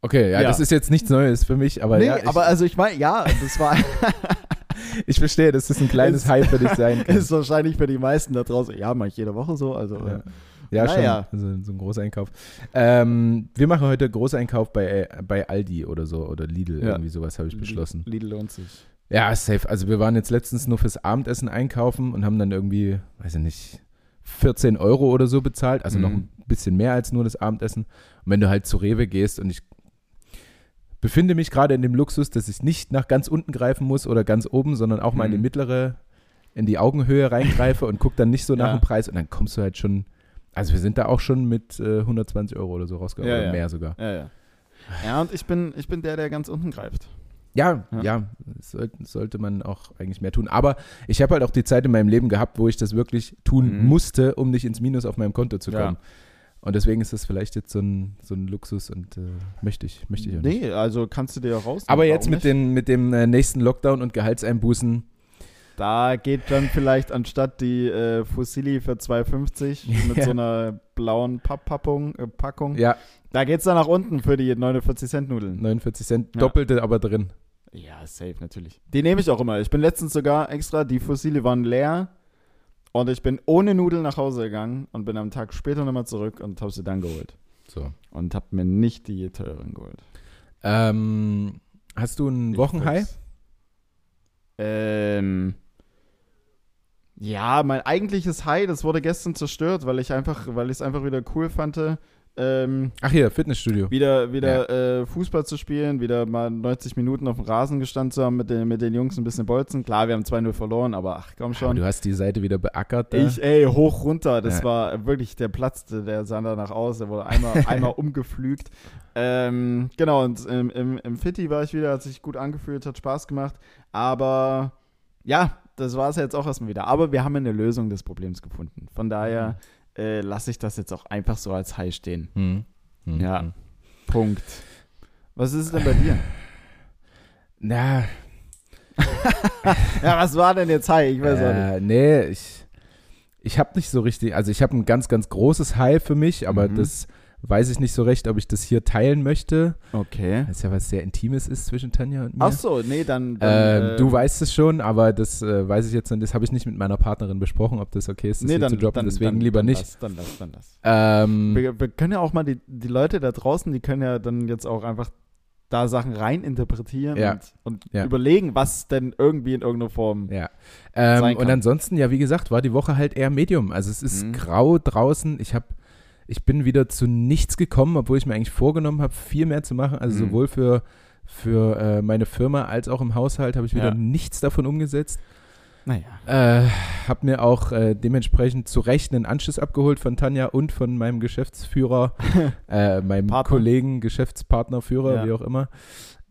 Okay, ja,
Ja.
das ist jetzt nichts Neues für mich, aber
nee,
ja, ich,
aber also ich meine, ja, das war
ich verstehe, dass das ein kleines
Es-
High für dich sein kann.
ist wahrscheinlich für die meisten da draußen. Ja, mache ich jede Woche so. Also
Ja,
äh,
ja schon.
Naja.
Also so ein Großeinkauf. Ähm, wir machen heute Großeinkauf bei, äh, bei Aldi oder so oder Lidl.
Ja.
Irgendwie sowas habe ich beschlossen.
Lidl lohnt sich.
Ja, safe. Also wir waren jetzt letztens nur fürs Abendessen einkaufen und haben dann irgendwie, weiß ich nicht, 14 Euro oder so bezahlt. Also noch
Mhm.
ein bisschen mehr als nur das Abendessen. Und wenn du halt zu Rewe gehst und ich befinde mich gerade in dem Luxus, dass ich nicht nach ganz unten greifen muss oder ganz oben, sondern auch mal in die
Mhm.
mittlere, in die Augenhöhe reingreife und guck dann nicht so nach
Ja.
dem Preis und dann kommst du halt schon, also wir sind da auch schon mit äh, 120 Euro oder so rausgekommen,
Ja,
oder
ja.
mehr sogar.
Ja, ja. Ja, und ich bin, ich bin der, der ganz unten greift.
Ja,
Ja.
ja, sollte, sollte man auch eigentlich mehr tun. Aber ich habe halt auch die Zeit in meinem Leben gehabt, wo ich das wirklich tun
Mhm.
musste, um nicht ins Minus auf meinem Konto zu
Ja.
kommen. Und deswegen ist das vielleicht jetzt so ein, so ein Luxus und äh, möchte ich, möchte ich auch nicht.
Nee, also kannst du dir auch raus.
Aber jetzt mit, den, mit dem äh, nächsten Lockdown und Gehaltseinbußen,
Da geht dann vielleicht anstatt die äh, Fusilli für 2,50 mit
Ja.
so einer blauen Papppackung, äh, Packung,
ja,
da geht's dann nach unten für die 49 Cent Nudeln.
49 Cent,
Ja.
doppelte aber drin.
Ja, safe natürlich. Die nehme ich auch immer. Ich bin letztens sogar extra, die Fusilli waren leer und ich bin ohne Nudeln nach Hause gegangen und bin am Tag später nochmal zurück und habe sie dann geholt.
So.
Und habe mir nicht die teuren geholt.
Ähm, hast du ein
Ich
Wochenhigh?
guck's. Ähm. Ja, mein eigentliches High, das wurde gestern zerstört, weil ich einfach, weil ich es einfach wieder cool fand, ähm,
Ach hier, Fitnessstudio.
wieder, wieder äh, Fußball zu spielen, wieder mal 90 Minuten auf dem Rasen gestanden zu haben, mit den, mit den Jungs ein bisschen bolzen. Klar, wir haben 2-0 verloren, aber ach komm
Aber
schon.
Ah, du hast die Seite wieder beackert. äh? Da.
Ich, ey, hoch runter. Das
Ja.
war wirklich, der platzte, der sah danach aus, der wurde einmal, einmal umgepflügt. Ähm, genau, und im, im, im Fitti war ich wieder, hat sich gut angefühlt, hat Spaß gemacht. Aber ja, das war es jetzt auch erstmal wieder. Aber wir haben eine Lösung des Problems gefunden. Von daher
Mhm.
äh, lasse ich das jetzt auch einfach so als High stehen.
Hm. Hm.
Ja.
Hm.
Punkt. Was ist es denn bei dir?
Na,
ja, was war denn jetzt High? Ich weiß auch nicht.
Äh, nee, ich, ich habe nicht so richtig, also ich habe ein ganz, ganz großes High für mich, aber
Mhm.
das weiß ich nicht so recht, ob ich das hier teilen möchte.
Okay.
Weil es ja was sehr Intimes ist zwischen Tanja und mir.
Ach so, nee, dann. dann
Ähm,
äh,
du weißt es schon, aber das äh, weiß ich jetzt und das habe ich nicht mit meiner Partnerin besprochen, ob das okay ist, das
nee,
hier
dann,
zu droppen,
dann,
deswegen
dann,
lieber
dann
nicht.
Lass, dann lass, dann lass.
Ähm,
Wir, wir können ja auch mal die, die Leute da draußen, die können ja dann jetzt auch einfach da Sachen rein interpretieren
Ja.
und, und
Ja.
überlegen, was denn irgendwie in irgendeiner Form.
ja.
sein
Ähm,
kann.
und ansonsten, ja, wie gesagt, war die Woche halt eher Medium. Also es ist
Mhm.
grau draußen. Ich habe, ich bin wieder zu nichts gekommen, obwohl ich mir eigentlich vorgenommen habe, viel mehr zu machen. Also
Mhm.
sowohl für für äh, meine Firma als auch im Haushalt habe ich wieder
Ja.
nichts davon umgesetzt.
Naja.
Äh, habe mir auch äh, dementsprechend zu Recht einen Anschluss abgeholt von Tanja und von meinem Geschäftsführer, äh, meinem
Partner.
Kollegen, Geschäftspartner, Führer,
Ja.
wie auch immer.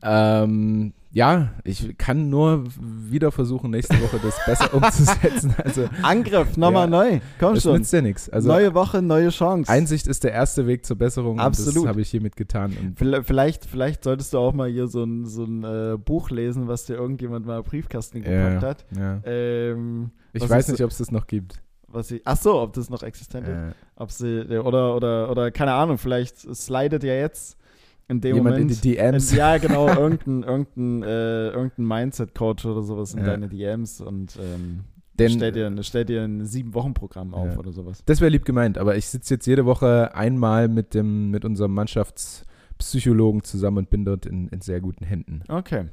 Ähm, ja, ich kann nur wieder versuchen, nächste Woche das besser umzusetzen. Also
Angriff, nochmal
Ja.
neu. Komm
es
schon.
nützt ja nichts. Also
neue Woche, neue Chance.
Einsicht ist der erste Weg zur Besserung und
Absolut.
das habe ich hiermit getan. Und
Vielleicht- Vielleicht, vielleicht solltest du auch mal hier so ein, so ein äh, Buch lesen, was dir irgendjemand mal in den Briefkasten gepackt hat.
ja.
Ähm,
Ich
Was
weiß
ist-
nicht, ob es das noch gibt.
was sie, ach so, ob das noch existent ist.
Äh,
Ob sie, oder, oder, oder, keine Ahnung, vielleicht slidet ja jetzt in dem
jemand
Moment.
in die DMs.
Äh, Ja, genau, irgendein, irgendein, äh, irgendein Mindset-Coach oder sowas in
Ja.
deine DMs und ähm,
Denn-
stell, dir, ein- stell dir ein Sieben-Wochen-Programm auf
Ja.
oder sowas.
Das wäre lieb gemeint, aber ich sitze jetzt jede Woche einmal mit dem mit unserem Mannschaftspsychologen zusammen und bin dort in, in sehr guten Händen.
Okay.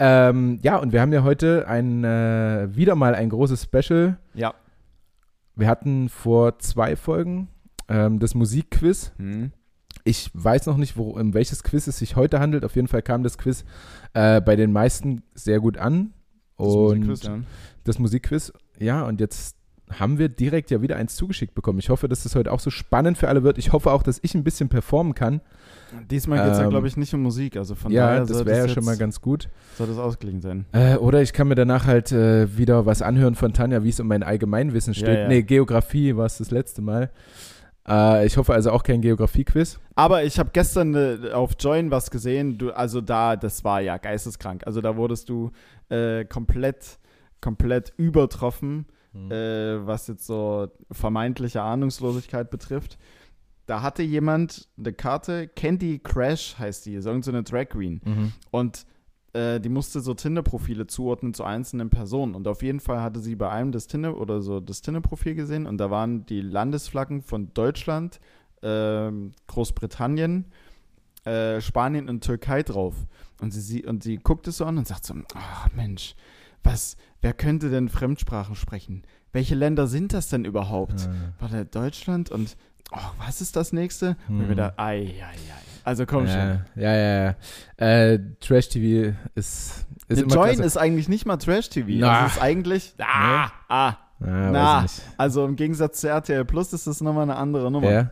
Ähm, ja, und wir haben ja heute ein äh, wieder mal ein großes Special.
Ja.
Wir hatten vor zwei Folgen ähm, das Musikquiz. Ich weiß noch nicht, wo, um welches Quiz es sich heute handelt. Auf jeden Fall kam das Quiz äh, bei den meisten sehr gut an.
Das
Und
Musikquiz, ja.
das Musikquiz. Ja, und jetzt haben wir direkt ja wieder eins zugeschickt bekommen. Ich hoffe, dass das heute auch so spannend für alle wird. Ich hoffe auch, dass ich ein bisschen performen kann.
Diesmal geht es ja,
Ähm,
glaube ich, nicht um Musik. Also von
ja,
daher
das
sollte
wäre ja
es
schon
jetzt-
mal ganz gut.
Sollte es ausgeglichen sein.
Äh, oder ich kann mir danach halt äh, wieder was anhören von Tanja, wie es um mein Allgemeinwissen steht.
ja.
Nee, Geografie war es das letzte Mal. Äh, ich hoffe also auch kein Geografie-Quiz.
Aber ich habe gestern äh, auf Join was gesehen. Du, also da, das war ja geisteskrank. Also da wurdest du äh, komplett, komplett übertroffen,
Mhm.
äh, was jetzt so vermeintliche Ahnungslosigkeit betrifft. Da hatte jemand eine Karte, Candy Crash heißt die, ist irgend so eine Drag Queen.
Mhm.
Und äh, die musste so Tinder-Profile zuordnen zu einzelnen Personen. Und auf jeden Fall hatte sie bei einem das Tinder oder so das Tinder-Profil gesehen und da waren die Landesflaggen von Deutschland, ähm, Großbritannien, äh, Spanien und Türkei drauf. Und sie, sie und sie guckt es so an und sagt so: Ach Mensch, was, wer könnte denn Fremdsprachen sprechen? Welche Länder sind das denn überhaupt?
Äh,
Warte, Deutschland und oh, was ist das nächste? Und
Hm.
wir wieder, ei, ei, ei. Also komm schon.
ja, ja, ja, ja. Äh, Trash-TV ist,
Der
ist immer
Join
klasse.
ist eigentlich nicht mal Trash-TV.
Na.
Das ist eigentlich. Ah, ah.
Ah,
Na.
weiß ich nicht.
Also im Gegensatz zu RTL Plus ist das nochmal eine andere Nummer.
Ja.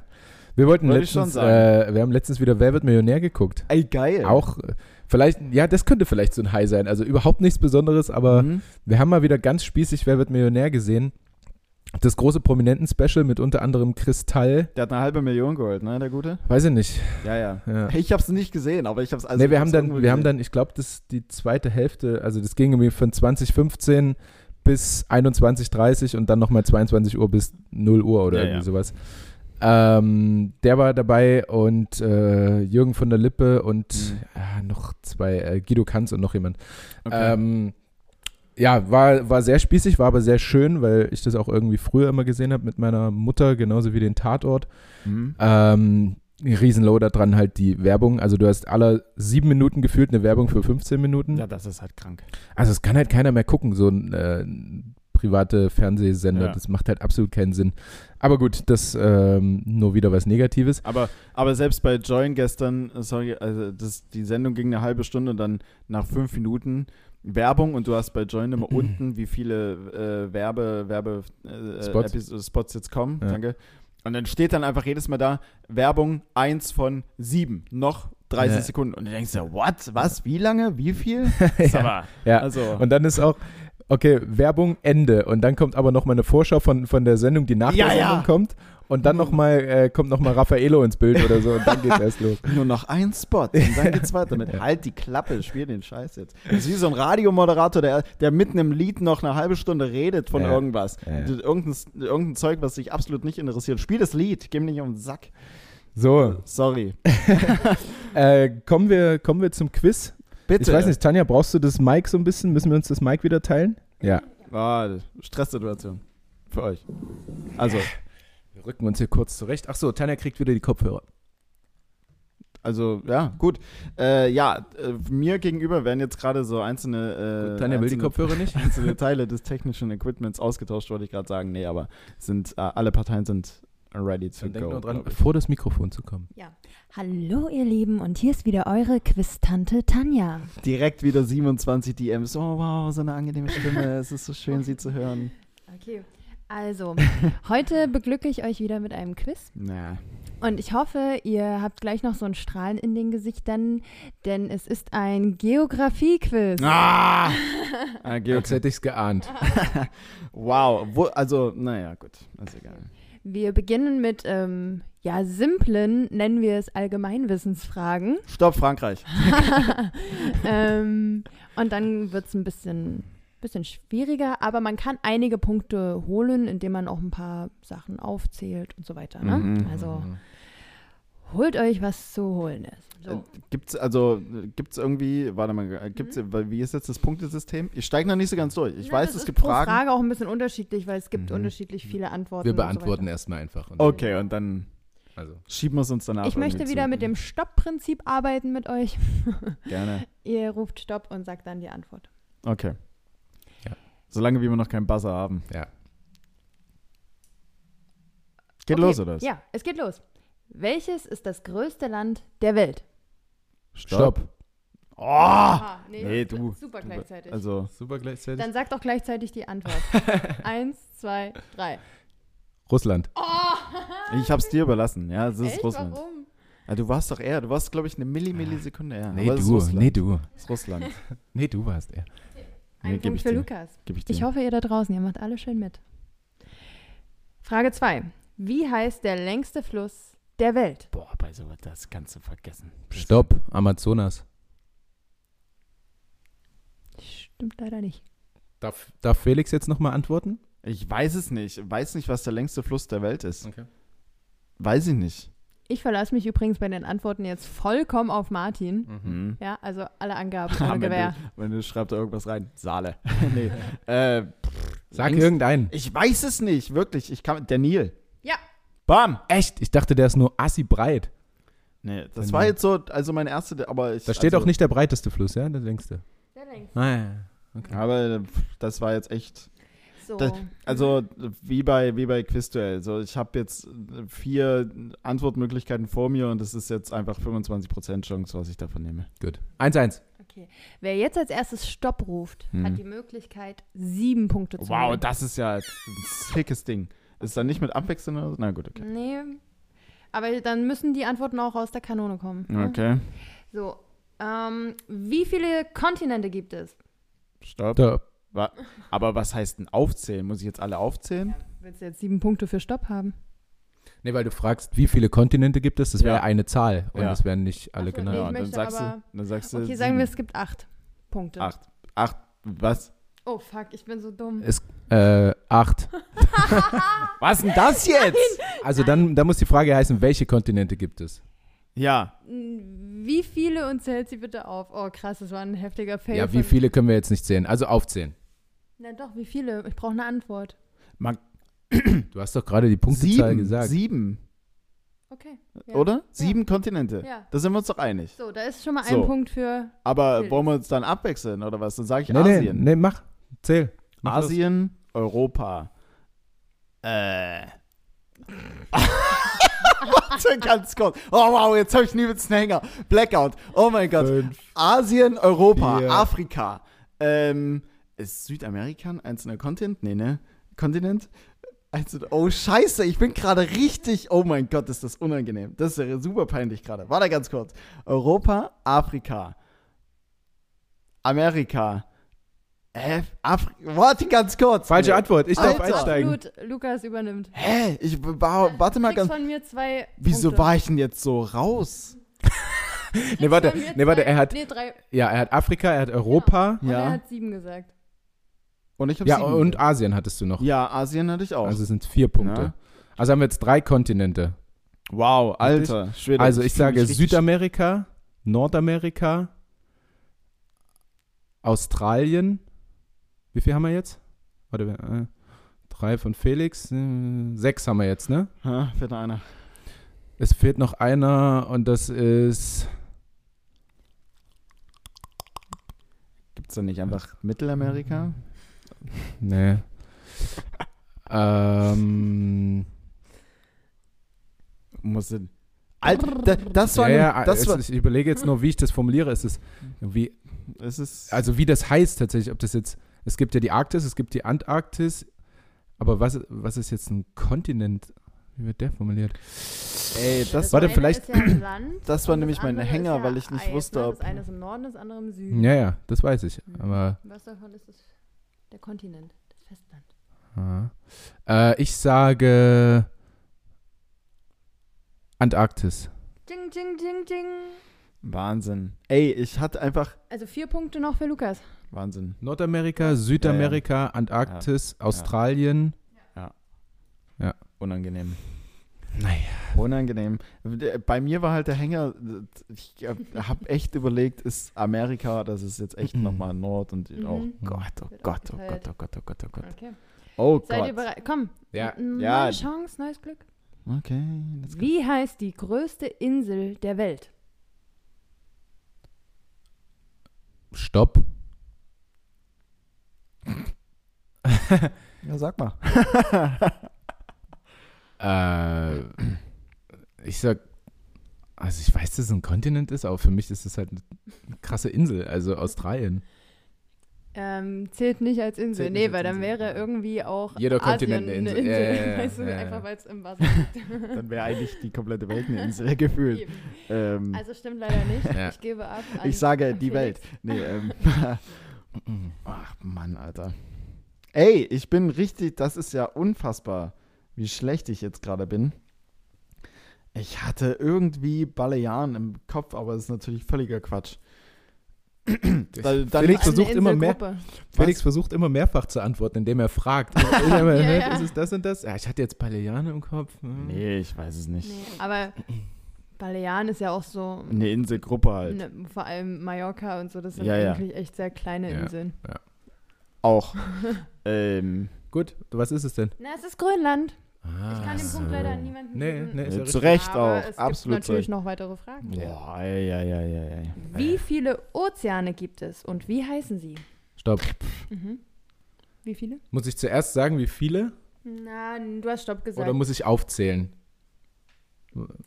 Wir wollten
Wollte ich
letztens,
schon sagen.
äh, wir haben letztens wieder Wer wird Millionär geguckt.
Ey, geil.
Auch äh, vielleicht, ja, das könnte vielleicht so ein High sein. Also überhaupt nichts Besonderes, aber
Mhm.
wir haben mal wieder ganz spießig Wer wird Millionär gesehen. Das große Prominenten-Special mit unter anderem Kristall.
Der hat eine halbe Million geholt, ne, der Gute?
Weiß ich nicht.
Ja, ja.
Ja.
Ich hab's nicht gesehen, aber ich hab's. Also
ne, wir
ich
haben
hab's
dann,
irgendwo
wir haben
gesehen.
dann, ich glaube, das die zweite Hälfte, also das ging irgendwie von 2015 bis 21.30 und dann nochmal 22 Uhr bis 0 Uhr oder
Ja,
irgendwie
ja.
sowas. Ähm, der war dabei und äh, Jürgen von der Lippe und
Mhm.
ah, noch zwei, äh, Guido Kanz und noch jemand.
Okay.
Ähm, ja, war, war sehr spießig, war aber sehr schön, weil ich das auch irgendwie früher immer gesehen habe mit meiner Mutter, genauso wie den Tatort.
Mhm.
Ähm, ein Riesenloader dran halt die Werbung. Also du hast alle sieben Minuten gefühlt eine Werbung für 15 Minuten.
Ja, das ist halt krank.
Also es kann halt keiner mehr gucken, so ein äh, private Fernsehsender.
Ja.
Das macht halt absolut keinen Sinn. Aber gut, das ähm, nur wieder was Negatives.
Aber, aber selbst bei Join gestern, äh, sorry, also das, die Sendung ging eine halbe Stunde und dann nach fünf Minuten Werbung und du hast bei Join immer unten, wie viele äh, Werbe, Werbe äh,
Spots.
Epis- Spots jetzt kommen.
Ja.
Danke. Und dann steht dann einfach jedes Mal da, Werbung 1 von 7, noch 30
Ja.
Sekunden. Und du denkst ja, what? Was? Wie lange? Wie viel? Ist aber-
Ja.
Also,
Und dann ist auch, okay, Werbung, Ende. Und dann kommt aber nochmal eine Vorschau von, von der Sendung, die nach
Ja,
der Sendung
ja.
kommt. und dann nochmal äh, kommt nochmal Raffaello ins Bild oder so und dann geht's erst los.
Nur noch ein Spot und dann geht's weiter mit Halt die Klappe, spiel den Scheiß jetzt. Das ist wie so ein Radiomoderator, der, der mitten im Lied noch eine halbe Stunde redet von
Ja.
irgendwas.
Ja, ja.
Irgendein, irgendein Zeug, was dich absolut nicht interessiert. Spiel das Lied, geh mir nicht um den Sack.
So,
Sorry.
äh, kommen, wir, kommen wir zum Quiz.
Bitte.
Ich weiß nicht, Tanja, brauchst du das Mic so ein bisschen? Müssen wir uns das Mic wieder teilen? Ja.
Ah, Stresssituation. Für euch. Also,
Wir rücken uns hier kurz zurecht. Ach so, Tanja kriegt wieder die Kopfhörer.
also ja, gut. Äh, ja, äh, mir gegenüber werden jetzt gerade so einzelne, äh,
Tanja will die
einzelne,
Kopfhörer nicht.
einzelne Teile des technischen Equipments ausgetauscht, wollte ich gerade sagen. Nee, aber sind, äh, alle Parteien sind ready to go.
Dann denkt nur dran,
glaub ich.
vor das Mikrofon zu kommen.
Ja. Hallo ihr Lieben und hier ist wieder eure Quiz-Tante Tanja.
Direkt wieder 27 DMs. Oh wow, so eine angenehme Stimme. es ist so schön, sie zu hören.
Okay. Also, heute beglücke ich euch wieder mit einem Quiz
Na,
und ich hoffe, ihr habt gleich noch so ein Strahlen in den Gesichtern, denn es ist ein Geografie-Quiz.
Ah! Ah,
Jetzt
Georg.
hätte ich es geahnt.
Wow. Wo, also, naja, gut. Ist egal.
Wir beginnen mit, ähm, ja, simplen, nennen wir es Allgemeinwissensfragen.
Stopp, Frankreich.
ähm, und dann wird es ein bisschen, bisschen schwieriger, aber man kann einige Punkte holen, indem man auch ein paar Sachen aufzählt und so weiter. Ne?
Mhm.
Also holt euch, was zu holen ist. So.
Gibt's also äh, gibt's irgendwie, warte mal, äh, gibt's weil wie ist jetzt das Punktesystem? Ich steige noch nicht so ganz durch. Ich
Mhm. Na,
weiß,
das
es
ist
gibt
pro
Fragen.
Frage auch ein bisschen unterschiedlich, weil es gibt
Mhm.
unterschiedlich viele Antworten.
Wir
und so
beantworten
weiter.
erstmal einfach. Und
Okay, und dann
Also,
schieben wir es uns danach.
Ich möchte
irgendwie
wieder
zu.
mit dem Stopp-Prinzip arbeiten mit euch.
gerne.
Ihr ruft Stopp und sagt dann die Antwort.
Okay.
Ja.
Solange wir noch keinen Buzzer haben.
ja.
Geht
Okay,
los oder? was?
Ja, es geht los. Welches ist das größte Land der Welt?
Stopp.
Oh!
Ah,
nee, du.
Super
Du-
gleichzeitig.
Also
Super gleichzeitig.
Dann sag doch gleichzeitig die Antwort. Eins, zwei, drei.
Russland.
Oh! ich hab's dir überlassen. Ja, es ist
Echt?
Russland.
Warum?
Ja, du warst doch eher, du warst glaube ich eine Milli Millisekunde eher.
Nee,
Aber es ist
du.
Russland.
Nee, du.
Es ist Russland.
Nee, du warst er.
Nee,
Ein
geb
Punkt
ich
für
dir.
Lukas.
Gib ich dir.
Ich hoffe, ihr da draußen, ihr macht alle schön mit. Frage zwei: Wie heißt der längste Fluss der Welt?
Boah, bei sowas das kannst du vergessen.
Stopp. Amazonas.
Stimmt leider nicht.
Darf, darf Felix jetzt nochmal antworten?
Ich weiß es nicht. Weiß nicht, was der längste Fluss der Welt ist.
Okay.
Weiß ich nicht.
Ich verlasse mich übrigens bei den Antworten jetzt vollkommen auf Martin.
Mhm.
Hm.
Ja, also alle Angaben
Am
ohne
Ende-
Gewehr.
Wenn du schreibst da irgendwas rein. Saale. nee. äh, pff,
Sag
längst-
irgendeinen.
Ich weiß es nicht, wirklich. Ich kann. Der Nil.
Ja,
Bam!
Echt? Ich dachte, der ist nur assi breit.
Nee, das
Der
war
Nil.
jetzt so, also mein erster, aber ich.
Da steht
also,
auch nicht der breiteste Fluss, ja? Der längste.
der längste.
Ah, ja.
Aber pff, das war jetzt echt.
So.
Das- Also wie bei wie bei Quizduell. So, ich habe jetzt äh, vier Antwortmöglichkeiten vor mir und es ist jetzt einfach 25% Chance, was ich davon nehme.
Gut. 1-1.
Wer jetzt als erstes Stopp ruft,
Hm.
hat die Möglichkeit, sieben Punkte zu
Wow,
holen.
das ist ja ein sickes Ding. Ist dann nicht mit abwechseln oder so? Na gut, okay.
Nee. Aber dann müssen die Antworten auch aus der Kanone kommen. ne?
Okay.
So. Ähm, wie viele Kontinente gibt es?
Stopp.
Stopp.
Wa- Aber was heißt denn aufzählen? Muss ich jetzt alle aufzählen?
Willst du jetzt sieben Punkte für Stopp haben?
Äh,
Nee, weil du fragst, wie viele Kontinente gibt es? Das wäre
Ja.
eine Zahl und
Ja.
es wären nicht alle
Ach so,
genannt.
nee. ich
und dann
möchte
sagst du,
aber-
dann sagst du.
Okay, sagen wir,
sieben.
es gibt acht Punkte.
Acht. Acht. Was?
Oh, fuck, ich bin so dumm.
Es, äh, acht.
Was denn das jetzt?
Also dann, dann muss die Frage heißen, welche Kontinente gibt es?
Ja.
Wie viele und zählt sie bitte auf? Oh, krass, das war ein heftiger Fail.
Ja, wie
von-
viele können wir jetzt nicht zählen? Also aufzählen.
Na doch, wie viele? Ich brauche eine Antwort.
Man,
Du hast doch gerade die Punktezahl
sieben.
gesagt.
Sieben.
Okay. Ja.
Oder? Sieben Kontinente.
Ja.
Da sind wir uns doch einig.
So, da ist schon mal
So.
ein Punkt für.
Aber
Bild.
wollen wir uns dann abwechseln oder was? Dann sage ich
Nee, nee,
Asien.
nee, mach. Zähl. Mach los.
Asien, Europa. Äh. Warte ganz kurz. Oh wow, jetzt habe ich nie mit Hänger. Blackout. Oh mein Gott.
Fünf.
Asien, Europa,
Vier.
Afrika. Ähm, ist Südamerika ein einzelner Kontinent? Nee, ne? Kontinent? Einzel oh, scheiße, ich bin gerade richtig. Oh mein Gott, ist das unangenehm. Das ist ja super peinlich gerade. Warte ganz kurz. Europa, Afrika, Amerika, Hä? Afri warte ganz kurz.
Falsche Antwort, ich darf
Alter.
einsteigen.
Absolut, Lukas übernimmt.
Hä? Ich war, Oh, warte mal
Kriegst
ganz.
von mir zwei
Wieso
Punkte.
war ich denn jetzt so raus?
Nee, warte,
Von mir
nee, warte,
zwei-
er hat,
Nee, drei.
ja, er hat Afrika, er hat Europa.
Und
Ja.
er hat sieben gesagt.
Und ich habe
Ja, und Asien hattest du noch.
Ja, Asien hatte ich auch.
Also sind vier Punkte.
Ja.
Also haben wir jetzt drei Kontinente.
wow,
Richtig?
Alter. Schwede,
Also ich
fühl mich
sage
richtig-
Südamerika, Nordamerika, Australien. Wie viel haben wir jetzt? Warte, äh, drei von Felix, äh, sechs haben wir jetzt, ne?
Hä? Fährt noch einer.
Es fehlt noch einer und das ist
Gibt's da nicht einfach Mittelamerika?
Nee. ähm,
Muss denn. Alter, da, das war.
ja, ja,
eine, das
es
war
ist, ich überlege jetzt nur, wie ich das formuliere. Es ist wie,
es ist.
also wie das heißt tatsächlich, ob das jetzt, es gibt ja die Arktis, es gibt die Antarktis, aber was, was ist jetzt ein Kontinent? Wie wird der formuliert?
ey, das,
Warte,
eine
vielleicht-
Ist ja ein Land,
das war
und
nämlich
das
mein
andere ist
Hänger,
ja
weil ich nicht
Eis,
wusste,
ne?
ob.
Das eine ist im Norden, das andere im Süden.
Ja, ja, das weiß ich. Aber
Was davon ist es? Der Kontinent, das Festland.
ja. äh, ich sage Antarktis.
Ding, ding, ding, ding.
Wahnsinn. Ey, ich hatte einfach.
Also vier Punkte noch für Lukas.
Wahnsinn.
Nordamerika, Südamerika, Antarktis, Australien.
Unangenehm.
Naja.
Unangenehm. Der- Bei mir war halt der Hänger, ich habe echt überlegt, ist Amerika, das ist jetzt echt
Mhm.
nochmal Nord und
Mhm.
oh Gott, oh
Wird
Gott, oh
aufgeteilt.
Gott, oh Gott, oh Gott, oh Gott.
Okay.
Oh
Seid ihr
Gott.
bereit? Komm.
Ja.
N- Neue
Ja.
Chance, neues Glück.
Okay, let's go.
Wie heißt die größte Insel der Welt?
Stopp.
Ja, sag mal.
Äh, ich sag, also ich weiß, dass es ein Kontinent ist, aber für mich ist es halt eine krasse Insel, also Australien.
Ähm, zählt nicht als Insel.
Zählt nicht
nee,
als
weil dann
Insel.
wäre irgendwie auch
Jeder
Asien
Kontinent eine
eine
Insel.
Insel.
Ja, ja, ja,
weißt du,
ja, ja.
einfach weil es im Wasser liegt.
Dann wäre eigentlich die komplette Welt eine Insel gefühlt.
Eben.
Ähm,
Also stimmt leider nicht.
Ja.
Ich gebe ab. An
ich sage die Welt.
Felix.
Nee, ähm, ach Mann, Alter. Ey, ich bin richtig, das ist ja unfassbar, wie schlecht ich jetzt gerade bin. Ich hatte irgendwie Balearen im Kopf, aber das ist natürlich völliger Quatsch. Dann- dann-
Felix
Eine
versucht immer mehr,
Inselgruppe.
Felix versucht immer mehrfach zu antworten, indem er fragt. Ist, er-
Ja, ja.
ist es das und das? Ja, ich hatte jetzt Baleane im Kopf. Hm.
Nee, ich weiß es nicht.
Nee, aber Balearen ist ja auch so,
Eine Inselgruppe halt.
ne, vor allem Mallorca und so, das sind
Ja, ja.
eigentlich echt sehr kleine
Ja.
Inseln.
Auch. ähm,
Gut, was ist es denn? Ah.
Na, es ist Grönland. ich kann den
Ah, so.
Punkt leider an niemanden
Nee,
geben.
nee, ist ja
äh, zu
richtig.
Recht
aber
auch.
Es
Absolut
gibt
zu
natürlich
Recht.
noch weitere Fragen.
Boah, ei, ei, ei, ei, ei.
Wie viele Ozeane gibt es und wie heißen sie?
Stopp.
Mhm. Wie viele?
Muss ich zuerst sagen, wie viele?
Na, du hast Stopp gesagt.
Oder muss ich aufzählen?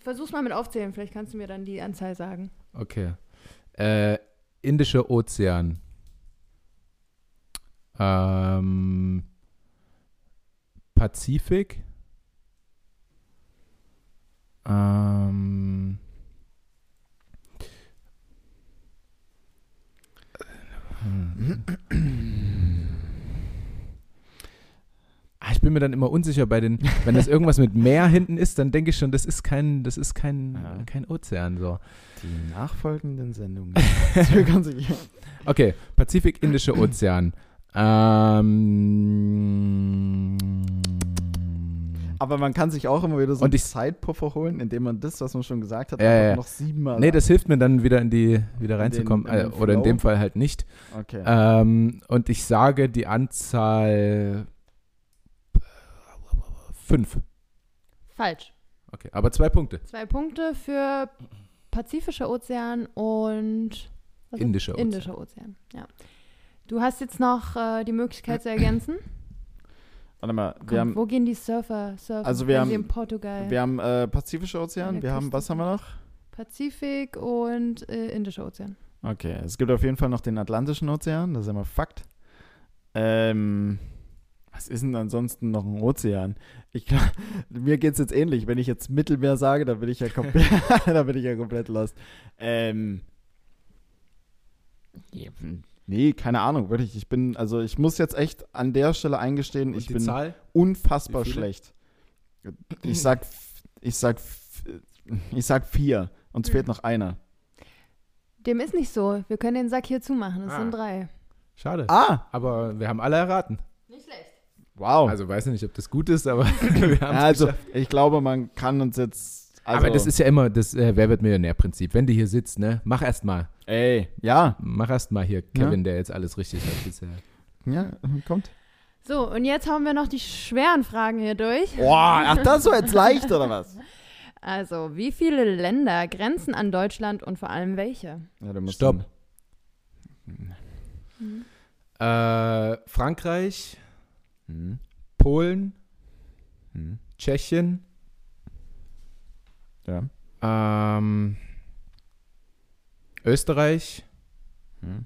Versuch's mal mit aufzählen, vielleicht kannst du mir dann die Anzahl sagen.
Okay. Äh, Indischer Ozean. Ähm, Pazifik. Ähm, hm. Ah, Ich bin mir dann immer unsicher bei den, wenn das irgendwas mit Meer hinten ist, dann denke ich schon, das ist kein, das ist kein,
Ja.
kein Ozean so.
Die nachfolgenden Sendungen zögern sich.
Okay, Pazifik, Indische Ozean. Ähm,
Aber man kann sich auch immer wieder so
Und
einen
ich-
Zeitpuffer holen, indem man das, was man schon gesagt hat,
Ja,
einfach
ja.
noch siebenmal.
nee, das hilft mir dann wieder in die wieder
den-
reinzukommen.
in den
äh, oder in
Flow.
dem Fall halt nicht.
okay.
Ähm, und ich sage die Anzahl fünf.
Falsch.
Okay, aber zwei Punkte.
Zwei Punkte für Pazifischer Ozean und was ist-
Also
Indischer Ozean.
Indischer Ozean. Ja. Du hast jetzt noch äh, die Möglichkeit zu ergänzen.
Warte mal,
Komm,
wir haben,
wo gehen die Surfer? surfen?
Also wir
Wenn
haben-
sie in Portugal,
wir haben äh, Pazifischer Ozean,
An der
wir haben,
Küste.
was haben wir noch?
Pazifik und äh, Indischer Ozean.
Okay, es gibt auf jeden Fall noch den Atlantischen Ozean, das ist immer Fakt. Ähm, was ist denn ansonsten noch ein Ozean? Ich glaub, mir geht es jetzt ähnlich. Wenn ich jetzt Mittelmeer sage, dann bin ich ja komplett, da bin ich ja komplett lost. Ähm, Nee, keine Ahnung, wirklich. Ich bin, also ich muss jetzt echt an der Stelle eingestehen,
Und
ich
die
bin
Zahl?
unfassbar
Wie viele?
schlecht. Ich sag, f- ich sag, f- ich sag vier. Uns
Hm.
fehlt noch einer.
Dem ist nicht so. Wir können den Sack hier zumachen. Es
Ah.
sind drei.
Schade.
Ah,
Aber wir haben alle erraten.
Nicht schlecht.
wow. Also,
Also weiß nicht, ob das gut ist, aber wir haben es geschafft.
ich glaube, man kann uns jetzt. Also,
Aber das ist ja immer das äh, Wer wird Millionär-Prinzip. Wenn du hier sitzt, ne, mach erst mal.
Ey, ja,
Mach erst mal hier Kevin, der jetzt alles richtig hat bisher.
ja, kommt.
So, und jetzt haben wir noch die schweren Fragen hier durch.
Boah, ach, das war jetzt leicht, oder was?
Also, wie viele Länder grenzen an Deutschland und vor allem welche?
Ja, du musst
Stopp. Äh, Frankreich,
Hm,
Polen,
hm,
Tschechien,
ja.
ähm, Österreich.
Hm.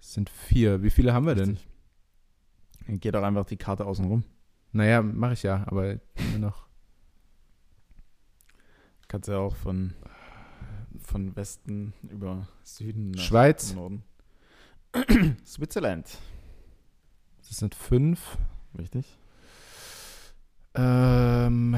Es sind vier. Wie viele haben wir denn?
Richtig. Dann Geht doch einfach die Karte außen rum.
Naja, mache ich ja, aber nur noch.
Kannst ja auch von, von Westen über Süden nach
Schweiz.
Norden. Switzerland.
Das sind fünf.
Richtig.
Ähm,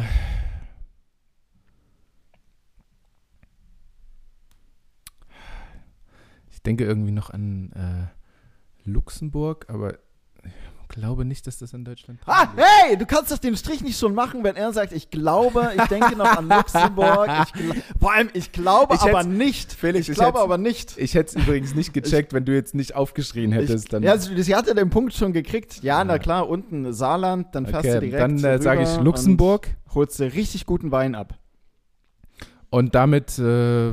ich denke irgendwie noch an äh, Luxemburg, aber ich glaube nicht, dass das in Deutschland drin
Ah,
liegt.
hey, du kannst doch den Strich nicht schon machen, wenn er sagt, ich glaube, ich denke noch an Luxemburg. Ich gl- vor allem, ich glaube
Ich
aber
hätt's-
nicht.
Felix,
ich
ich
glaube
hätt's-
aber nicht.
Ich hätte es übrigens nicht gecheckt, wenn du jetzt nicht aufgeschrien hättest.
ich,
dann
ja, sie, sie hat ja den Punkt schon gekriegt. Ja, na
Ja.
klar, unten Saarland, dann fährst du
okay,
direkt
dann äh, sage ich
rüber
Luxemburg
und holst dir richtig guten Wein ab.
und, damit äh,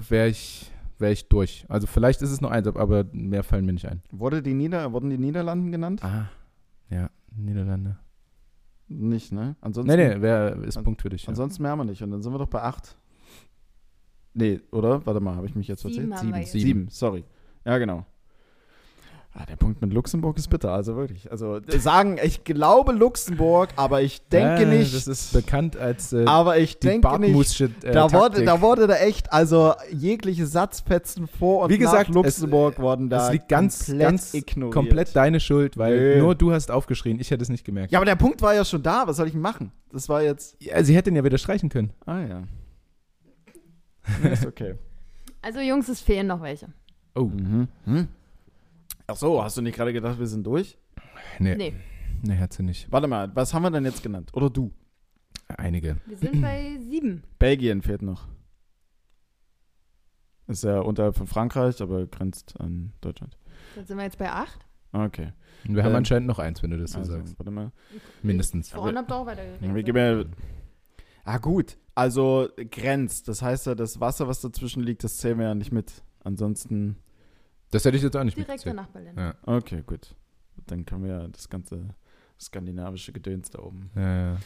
wäre ich, wär ich durch. Also vielleicht ist es noch eins, aber mehr fallen mir nicht ein.
Wurde die Nieder wurden die Niederlanden genannt?
Ah, ja, Niederlande.
Nicht, ne? Ansonsten
Nee, nee, wär, ist
An-
Punkt für dich. Ja.
Ansonsten mehr haben wir nicht. Und dann sind wir doch bei 8. Nee, oder? Warte mal, habe ich mich jetzt
Sieben
verzählt?
haben wir jetzt.
sieben. sorry. Ja, genau. Ah, der Punkt mit Luxemburg ist bitter, also wirklich. Also äh, sagen, ich glaube Luxemburg, aber ich denke
Ja,
nicht.
Äh, Das ist bekannt als äh,
aber ich
die
denke nicht.
Bartmusche. Äh,
Da wurde,
Taktik.
da wurde da echt, also jegliche Satzfetzen vor und
Wie gesagt,
nach
es-
Luxemburg wurden da
das liegt ganz,
komplett
ganz
ignoriert.
komplett deine Schuld, weil
Nö.
nur du hast aufgeschrien. Ich hätte es nicht gemerkt.
Ja, aber der Punkt war ja schon da, was soll ich denn machen? Das war jetzt,
Ja, sie hätte ihn ja wieder streichen können.
ah ja. Nee, ist okay.
Also, Jungs, es fehlen noch welche.
Oh,
Mhm. Hm? Ach so, hast du nicht gerade gedacht, wir sind durch?
nee. Nee,
Nee,
hat sie nicht.
Warte mal, was haben wir denn jetzt genannt? Oder du?
Einige.
wir sind bei sieben.
Belgien fehlt noch. Ist ja unterhalb von Frankreich, aber grenzt an Deutschland.
Dann sind wir jetzt bei acht.
Okay.
Und wir haben
Ähm,
anscheinend noch eins, wenn du das so
Also,
sagst.
warte mal.
Mindestens.
Vorhin habt ihr auch weitergeredet.
Wir geben ja, ah, gut. Also grenzt. Das heißt ja, das Wasser, was dazwischen liegt, das zählen wir ja nicht mit. Ansonsten.
Das hätte ich jetzt auch nicht
Direkter
mitgezählt.
Nachbarländer.
Ja.
Okay, gut. Dann können wir ja das ganze skandinavische Gedöns da oben.
Ja, ja.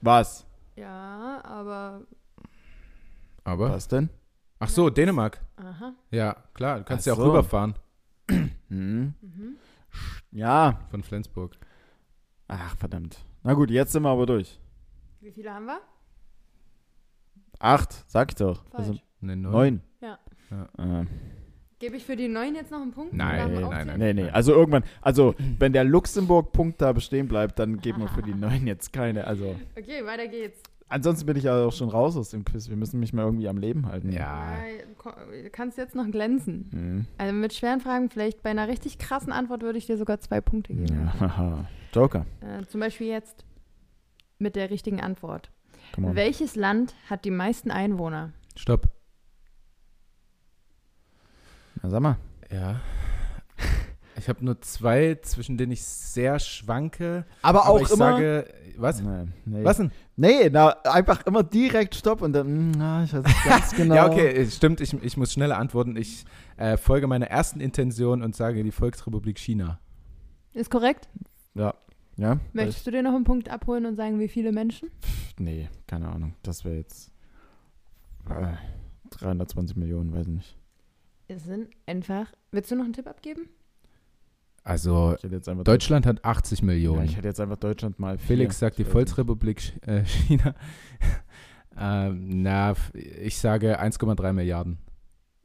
Was?
Ja, aber.
aber.
Was denn?
Ach so, Dänemark.
Aha.
Ja, klar, du kannst
Ach
ja auch
so.
rüberfahren
Hm.
Mhm.
Ja.
von Flensburg.
Ach, verdammt. Na gut, jetzt sind wir aber durch.
Wie viele haben wir?
Acht, sag ich doch.
Falsch.
Also
Ne,
neun.
Ja.
Äh,
Gebe ich für die neun jetzt noch einen Punkt?
Nein,
Nach dem
nein,
Aufzählen?
nein.
nee, nee. Also irgendwann, also wenn der Luxemburg-Punkt da bestehen bleibt, dann geben wir für die neun jetzt keine. Also
Okay, weiter geht's.
ansonsten bin ich ja auch schon raus aus dem Quiz. Wir müssen mich mal irgendwie am Leben halten.
Ja.
Ja, ko- Du kannst jetzt noch glänzen.
Hm.
Also mit schweren Fragen, vielleicht bei einer richtig krassen Antwort würde ich dir sogar zwei Punkte geben.
ja. haha. Joker.
Äh, zum Beispiel jetzt mit der richtigen Antwort.
Come
Genau.
on.
Welches Land hat die meisten Einwohner?
Stopp.
Na, sag mal.
Ja. Ich habe nur zwei, zwischen denen ich sehr schwanke.
Aber
aber
auch
ich
immer.
Sage, was?
nee, nee.
Was denn?
Nee, na, einfach immer direkt Stopp und dann, mm, na, ich weiß nicht ganz genau.
Ja, okay, äh, stimmt. Ich, ich muss schneller antworten. Ich äh, folge meiner ersten Intention und sage die Volksrepublik China.
Ist korrekt?
Ja?
Möchtest du dir noch einen Punkt abholen und sagen, wie viele Menschen?
Pff, Nee, keine Ahnung. Das wäre jetzt äh, 320 Millionen, weiß nicht.
Es sind einfach. Willst du noch einen Tipp abgeben?
Also,
Ich hätte jetzt einfach
Deutschland hat 80
Ja,
Millionen.
ich hätte jetzt einfach Deutschland mal vier.
Felix sagt die
Ich weiß
Volksrepublik Sch- äh, China. ähm, na, f- ich sage 1,3 Milliarden.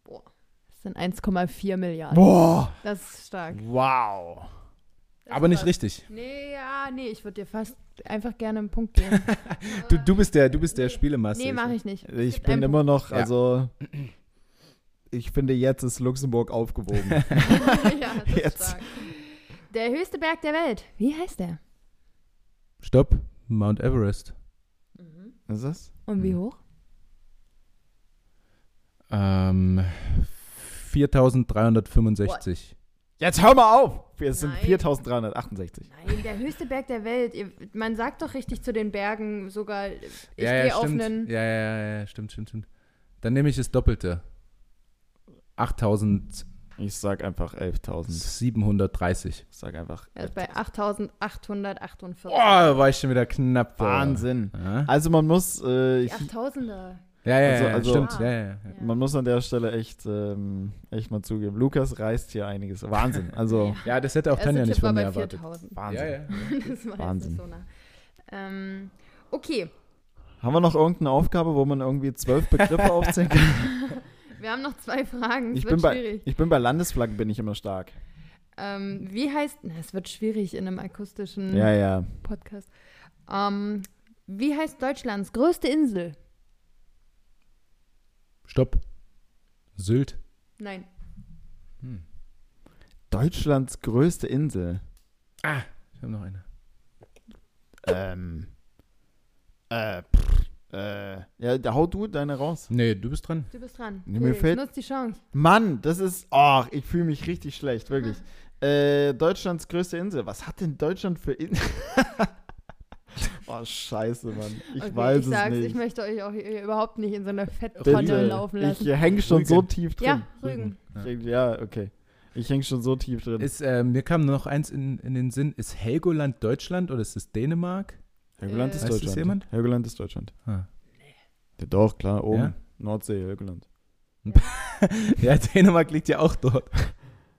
Das sind 1,4 Milliarden.
Boah!
Das ist stark.
Wow!
Das
Aber
ist
nicht
was.
richtig.
Nee, ja, nee, ich würde dir fast einfach gerne einen Punkt geben.
Du, du bist der, du bist der Spielemaster.
nee, mache ich nicht. Es
Ich
gibt
bin
einen
immer noch,
Ja.
also. Ich finde, jetzt ist Luxemburg aufgewogen.
Punkt. ja, das
Jetzt.
Ist stark. Der höchste Berg der Welt. Wie heißt der?
Stopp. Mount Everest. Mhm.
ist das?
Und
Hm.
wie hoch?
Ähm, 4365.
Jetzt hör mal auf! Es sind
Nein.
4368.
Nein, der höchste Berg der Welt. Ihr, man sagt doch richtig zu den Bergen sogar, ich
ja,
gehe
ja,
auf
stimmt.
einen.
Ja, ja, ja, ja, stimmt, stimmt, stimmt. Dann nehme ich das Doppelte. 8730.
Ich sag einfach 11.000. Ich sag einfach.
Er ist bei 8848.
Oh, war ich schon wieder knapp. da.
Wahnsinn!
Ja,
Also, man muss. Äh,
Die
ich,
8000er.
ja, ja,
Also-
ja,
also-
stimmt. Ja, ja, ja.
Ja.
Man muss an der Stelle echt, ähm, echt mal zugeben. Lukas reißt hier einiges. Wahnsinn. Also,
ja, das hätte auch
Erste
Tanja
Tipp
nicht
war
von mir
bei
erwartet.
4000.
Wahnsinn.
Ja, ja.
Das war
Wahnsinn.
Wahnsinn. Jetzt nicht so nah. Ähm, okay,
Haben wir noch irgendeine Aufgabe, wo man irgendwie zwölf Begriffe aufzählen kann?
wir haben noch zwei Fragen. Es
Ich
wird
bin, bei,
schwierig.
ich bin bei Landesflaggen bin ich immer stark.
Ähm, wie heißt. Na, es wird schwierig in einem akustischen
Ja, ja.
Podcast. Ähm, wie heißt Deutschlands größte Insel?
Stopp. Sylt.
Nein.
Deutschlands größte Insel.
Ah, ich habe noch eine.
Ähm. Äh, pff, äh. Ja, da hau du deine raus.
Nee, du bist dran.
Du bist dran.
Nee, mir
Felix,
fällt-
Nutz die Chance.
Mann, das ist. Oh, ich fühle mich richtig schlecht, wirklich. Äh, Deutschlands größte Insel. Was hat denn Deutschland für Insel? oh, scheiße, Mann. Ich
Okay,
weiß
ich
es
sag's,
nicht.
ich möchte euch auch hier überhaupt nicht in so eine Fetttonne
Bitte.
laufen
Ich
lassen.
häng schon
Rügen.
so tief drin.
ja, Rügen.
Ich denk, Ja, okay. Ich häng schon so tief drin.
Ist, äh, mir kam nur noch eins in, in den Sinn. Ist Helgoland Deutschland oder ist es Dänemark?
Helgoland
Äh,
ist
Weiß das
Deutschland.
jemand?
Helgoland ist Deutschland.
Ah.
Ja, doch, klar, oben.
Ja?
Nordsee, Helgoland.
Ja, Dänemark liegt ja auch dort.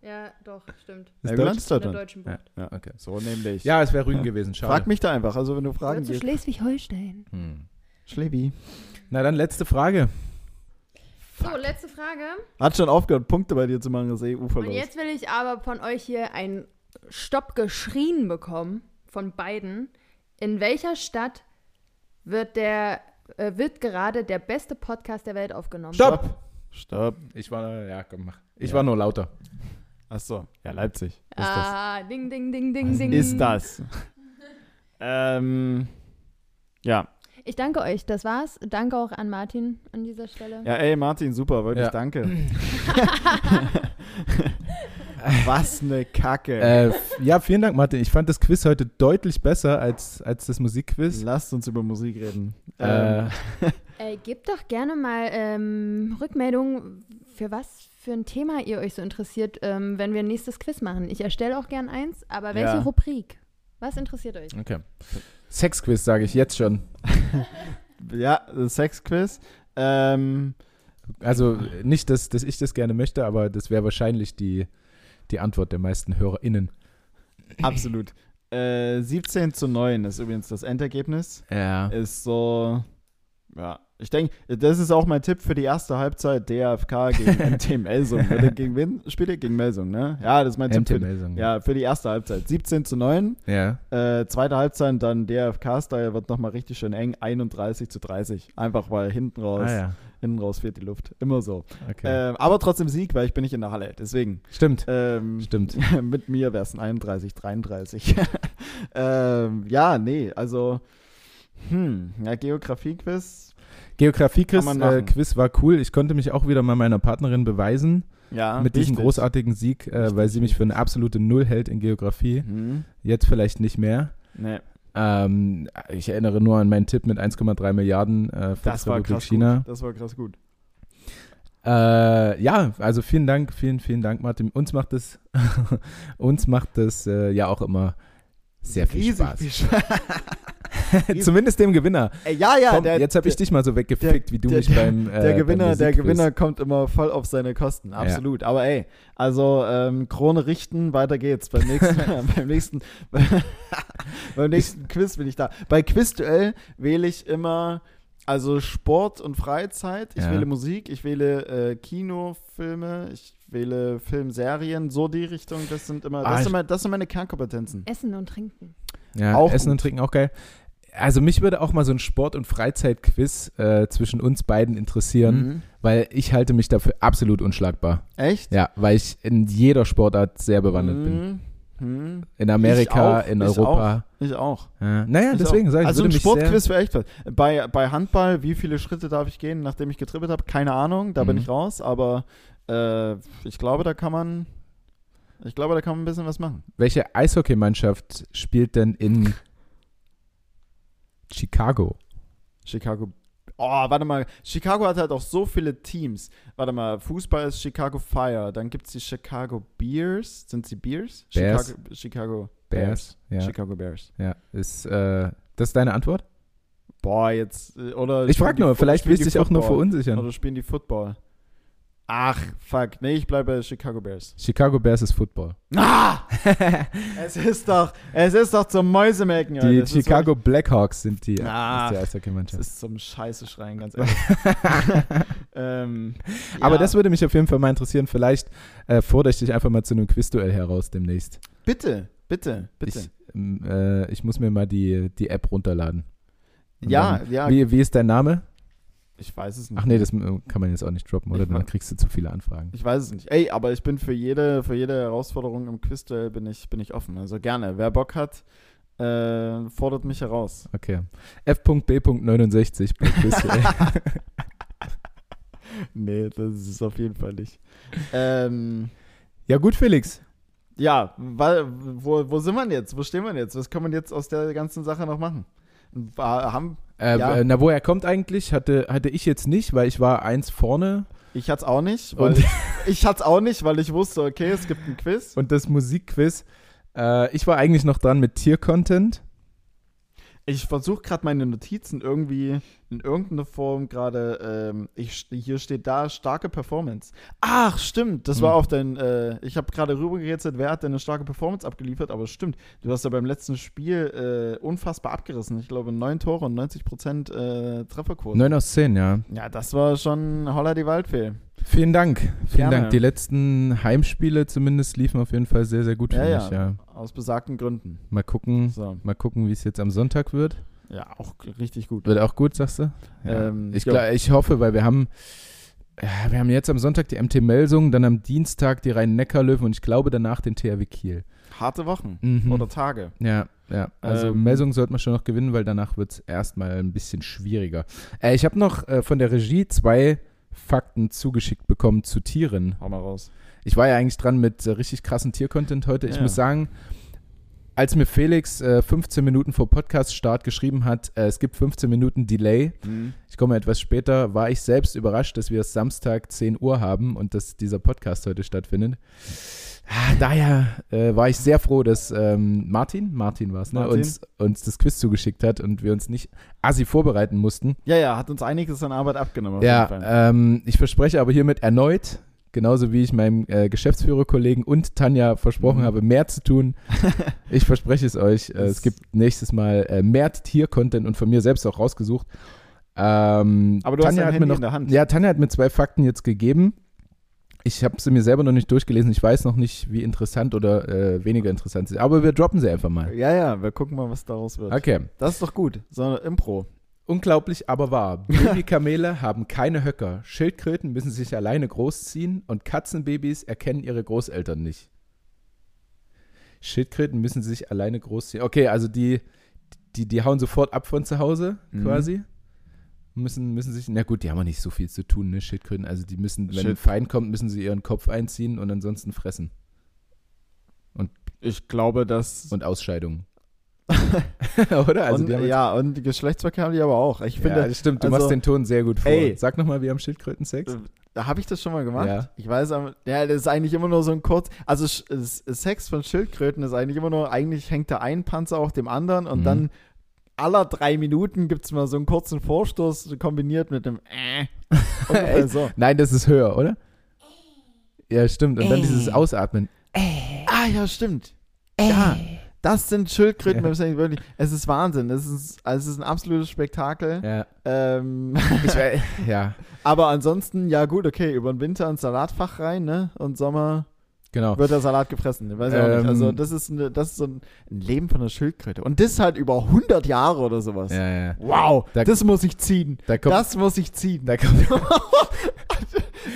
Ja, doch, stimmt.
Ist
Helgoland
Deutsch?
ist
In der
Deutschland.
deutschen Bucht.
Okay.
So nämlich.
Ja, es wäre Rügen gewesen. Schade.
Frag mich da einfach, also wenn du Fragen
Oder zu
gehst.
Schleswig-Holstein.
Hm.
Schlebi.
Na dann letzte Frage.
So, letzte Frage.
Hat schon aufgehört, Punkte bei dir zu machen, das eh
Und
EU-Verlust.
jetzt will ich aber von euch hier einen Stopp geschrien bekommen von beiden. In welcher Stadt wird der äh, wird gerade der beste Podcast der Welt aufgenommen?
Stopp!
Stopp.
Ich war, ja, komm, mach. Ich
Ja.
war nur lauter.
Achso, ja, Leipzig. Ist das.
ah, ding, ding, ding, ding, ding.
Ist das. ähm. Ja.
Ich danke euch, das war's. Danke auch an Martin an dieser Stelle.
Ja, ey, Martin, super, wirklich
Ja.
danke. Was eine Kacke.
Äh, f- ja, vielen Dank, Martin. Ich fand das Quiz heute deutlich besser als, als das Musikquiz.
Lasst uns über Musik reden.
Äh,
Ähm,
Äh, gebt doch gerne mal ähm, Rückmeldung, für was für ein Thema ihr euch so interessiert, ähm, wenn wir ein nächstes Quiz machen. Ich erstelle auch gern eins, aber welche
Ja.
Rubrik? Was interessiert euch?
okay. Sexquiz sage ich jetzt schon.
ja, Sexquiz. Ähm,
Also nicht, dass, dass ich das gerne möchte, aber das wäre wahrscheinlich die, die Antwort der meisten HörerInnen.
absolut. Äh, 17 zu 9 ist übrigens das Endergebnis.
Ja.
Ist so. Ja, ich denke, das ist auch mein Tipp für die erste Halbzeit. DAFK gegen MT Melsung. Oder gegen wen spielt ihr? Gegen Melsung, ne? Ja, das ist mein
MT
Tipp. Für,
Melsung.
ja, für die erste Halbzeit. 17 zu 9.
ja.
Äh, zweite Halbzeit, dann DAFK-Style wird nochmal richtig schön eng. 31 zu 30. Einfach weil hinten raus,
Ah, ja.
hinten raus fehlt die Luft. Immer so.
Okay.
Ähm, aber trotzdem Sieg, weil ich bin nicht in der Halle. Deswegen.
Stimmt.
Ähm,
Stimmt.
mit mir wäre es ein 31, 33. ähm, ja, nee, also. Hm, ja, Geografie-Quiz.
Geografie-Quiz
Kann man
äh,
machen.
Quiz war cool. Ich konnte mich auch wieder mal meiner Partnerin beweisen
Ja,
mit diesem
wichtig.
großartigen Sieg, äh, weil sie mich für eine absolute Null hält in Geografie.
Hm,
Jetzt vielleicht nicht mehr.
nee,
Ähm, ich erinnere nur an meinen Tipp mit 1,3 Milliarden äh,
das war
Volksrepublik
krass
China.
gut. Das war krass gut.
Äh, ja, also vielen Dank, vielen, vielen Dank, Martin. Uns macht das, uns macht das äh, ja auch immer sehr viel
Riesig
Spaß.
viel Spaß.
Zumindest dem Gewinner.
Äh, ja, ja,
Komm,
der,
jetzt habe ich
der,
dich mal so weggefickt, wie du
der-
mich beim äh,
der Gewinner,
beim
der
Musikquiz.
Gewinner kommt immer voll auf seine Kosten, absolut. Aber ey, also ähm, Krone richten, weiter geht's. Beim nächsten, beim nächsten, beim nächsten Quiz bin ich da. Bei Quizduell wähle ich immer Also Sport und Freizeit. Ich
Ja.
wähle Musik, ich wähle äh, Kinofilme, ich wähle Filmserien, so die Richtung. Das sind immer,
Ah,
das,
ich-
sind, meine- das sind meine Kernkompetenzen.
Essen und Trinken.
Ja,
Auch
Essen und
gut.
Trinken auch geil. Also mich würde auch mal so ein Sport- und Freizeitquiz äh, zwischen uns beiden interessieren,
Mhm.
weil ich halte mich dafür absolut unschlagbar.
Echt?
Ja, weil ich in jeder Sportart sehr bewandert bin.
Mhm. Mhm.
In Amerika,
Ich auch,
in
ich
Europa.
Ich auch.
Ja. Naja,
Ich
deswegen
auch.
sage ich,
Also
würde
ein
mich
Sportquiz wäre echt was. Bei, bei Handball, wie viele Schritte darf ich gehen, nachdem ich getrippelt habe? Keine Ahnung, da bin
Mhm.
ich raus, aber äh, ich glaube, da kann man. Ich glaube, da kann man ein bisschen was machen.
Sehr, welche Eishockeymannschaft spielt denn in Chicago?
Chicago. Oh, warte mal. Chicago hat halt auch so viele Teams. Warte mal, Fußball ist Chicago Fire. Dann gibt es die Chicago Bears. Sind sie Bears?
Bears.
Chicago, Chicago
Bears. Ja,
Chicago Bears.
ja. Ist äh, das deine Antwort?
Boah, jetzt. äh, Oder
Ich
spielen
frage
die
nur,
Fu-
vielleicht
spielen
willst
die
du dich auch nur
Football. Also
verunsichern.
Oder spielen die Football? Ach, fuck. Nee, ich bleibe bei Chicago Bears.
Chicago Bears ist Football.
Ah! es ist doch, es ist doch zum Mäusemelken.
Die
Alter. Es ist
Chicago Blackhawks sind die,
Ah.
ist die
wirklich- Es
Eishockey-Mannschaft.
ist zum Scheiße schreien, ganz ehrlich. ähm,
Aber
ja.
das würde mich auf jeden Fall mal interessieren. Vielleicht äh, fordere ich dich einfach mal zu einem Quizduell heraus demnächst.
Bitte, bitte, bitte.
Ich, ähm, äh, ich muss mir mal die, die App runterladen. Und
ja,
dann-
ja,
Wie, wie ist dein Name?
ich weiß es nicht.
Ach nee, das äh, kann man jetzt auch nicht droppen, oder?
Ich mach-
Dann kriegst du zu viele Anfragen.
Ich weiß es nicht. Ey, aber ich bin für jede, für jede Herausforderung im Quizduell bin ich, bin ich offen. Also gerne. Wer Bock hat, äh, fordert mich heraus.
Okay. F.B.69 bei Quizduell.
Nee, das ist es auf jeden Fall nicht. ähm,
ja gut, Felix.
ja, weil, wo, wo sind wir denn jetzt? Wo stehen wir denn jetzt? Was kann man jetzt aus der ganzen Sache noch machen? War, haben,
Äh,
Ja.
äh, Na, woher kommt eigentlich? Hatte, hatte ich jetzt nicht, weil ich war eins vorne.
ich hatte es auch nicht, weil
Und-
ich, ich hatte es auch nicht, weil ich wusste, okay, es gibt ein Quiz.
Und das Musikquiz. Äh, ich war eigentlich noch dran mit Tier-Content.
Ich versuche gerade meine Notizen irgendwie in irgendeiner Form gerade. Ähm, ich st- hier steht da starke Performance. Ach stimmt, das war
Hm.
auf dein. Äh, ich habe gerade rübergerätselt, wer hat denn eine starke Performance abgeliefert? Aber stimmt, du hast ja beim letzten Spiel äh, unfassbar abgerissen. Ich glaube neun Tore und 90 Prozent äh, Trefferquote.
9 aus 10, ja.
Ja, das war schon Holla die Waldfee.
Vielen Dank. Vielen
Gerne.
Dank. Die letzten Heimspiele zumindest liefen auf jeden Fall sehr, sehr gut für
Ja,
mich. Ja.
Aus besagten Gründen.
Mal gucken,
So,
mal gucken, wie es jetzt am Sonntag wird.
ja, auch g- richtig gut.
Wird auch gut, sagst du? Ja.
Ähm,
ich,
jo.
gla- ich hoffe, weil wir haben, ja, wir haben jetzt am Sonntag die MT Melsung, dann am Dienstag die Rhein-Neckar-Löwen und ich glaube danach den THW Kiel.
Harte Wochen
Mhm.
oder Tage.
Ja, ja. Also
Ähm.
Melsung sollte man schon noch gewinnen, weil danach wird es erstmal ein bisschen schwieriger. Äh, ich habe noch äh, von der Regie zwei Fakten zugeschickt bekommen zu Tieren.
Hau mal raus.
Ich war ja eigentlich dran mit äh, richtig krassen Tiercontent heute. Ich
Ja.
muss sagen, als mir Felix äh, 15 Minuten vor Podcast-Start geschrieben hat, äh, es gibt 15 Minuten Delay,
Mhm.
ich komme etwas später, war ich selbst überrascht, dass wir es Samstag 10 Uhr haben und dass dieser Podcast heute stattfindet. Ah, Daher äh, war ich sehr froh, dass ähm, Martin, Martin war es, ne,
Martin.
uns, uns das Quiz zugeschickt hat und wir uns nicht assi vorbereiten mussten.
Ja, ja, hat uns einiges an Arbeit abgenommen. auf jeden Fall.
Ja, ähm, ich verspreche aber hiermit erneut, genauso wie ich meinem äh, Geschäftsführerkollegen und Tanja versprochen
Mhm.
habe, mehr zu tun. ich verspreche es euch. Äh, es
Das-
gibt nächstes Mal äh, mehr Tier-Content und von mir selbst auch rausgesucht. Ähm,
Aber du
Tanja
hast dein
hat mir
Handy
noch,
in der Hand.
Ja, Tanja hat mir zwei Fakten jetzt gegeben. Ich habe sie mir selber noch nicht durchgelesen. Ich weiß noch nicht, wie interessant oder äh, weniger interessant sie sind. Aber wir droppen sie einfach mal.
ja, ja, wir gucken mal, was daraus wird.
Okay.
Das ist doch gut. So eine Impro.
Unglaublich, aber wahr. Babykamele haben keine Höcker. Schildkröten müssen sich alleine großziehen und Katzenbabys erkennen ihre Großeltern nicht. Schildkröten müssen sich alleine großziehen. Okay, also die, die, die hauen sofort ab von zu Hause,
Mhm.
quasi. Müssen, müssen sich, na gut, die haben auch nicht so viel zu tun, ne, Schildkröten. Also die müssen, wenn ein
Schild-
Feind kommt, müssen sie ihren Kopf einziehen und ansonsten fressen.
Ich glaube, dass.
Und Ausscheidungen. Oder? Also
und,
die haben jetzt-
ja, und die Geschlechtsverkehr haben die aber auch. Ich
ja,
finde,
das stimmt, du
also-
machst den Ton sehr gut vor.
Ey.
Sag nochmal, wir haben Schildkröten Sex.
da habe ich das schon mal gemacht.
Ja.
Ich weiß, aber- ja, das ist eigentlich immer nur so ein kurz. Also Sch- es- Sex von Schildkröten ist eigentlich immer nur, eigentlich hängt der ein Panzer auf dem anderen und
Mhm.
dann aller drei Minuten gibt es mal so einen kurzen Vorstoß kombiniert mit einem äh. Ungefähr so.
Nein, das ist höher, oder? Ja, stimmt. Und dann dieses Ausatmen.
Ah ja, stimmt. Ja. Das sind Schildkröten
Äh. Ja.
beim Sailing wirklich. Es ist Wahnsinn. Es ist, also es ist ein absolutes Spektakel.
Ja.
Ähm,
Ich, wär- ja,
aber ansonsten, ja gut, okay, über den Winter ins Salatfach rein, ne? Und Sommer
genau.
wird der Salat gefressen. Weiß ich auch
Ähm.
nicht. Also das ist, eine, das ist so ein, ein Leben von einer Schildkröte. Und das halt über 100 Jahre oder sowas.
Ja, ja.
Wow,
Da-
das muss ich ziehen.
Da kommt,
das muss ich ziehen.
da kommt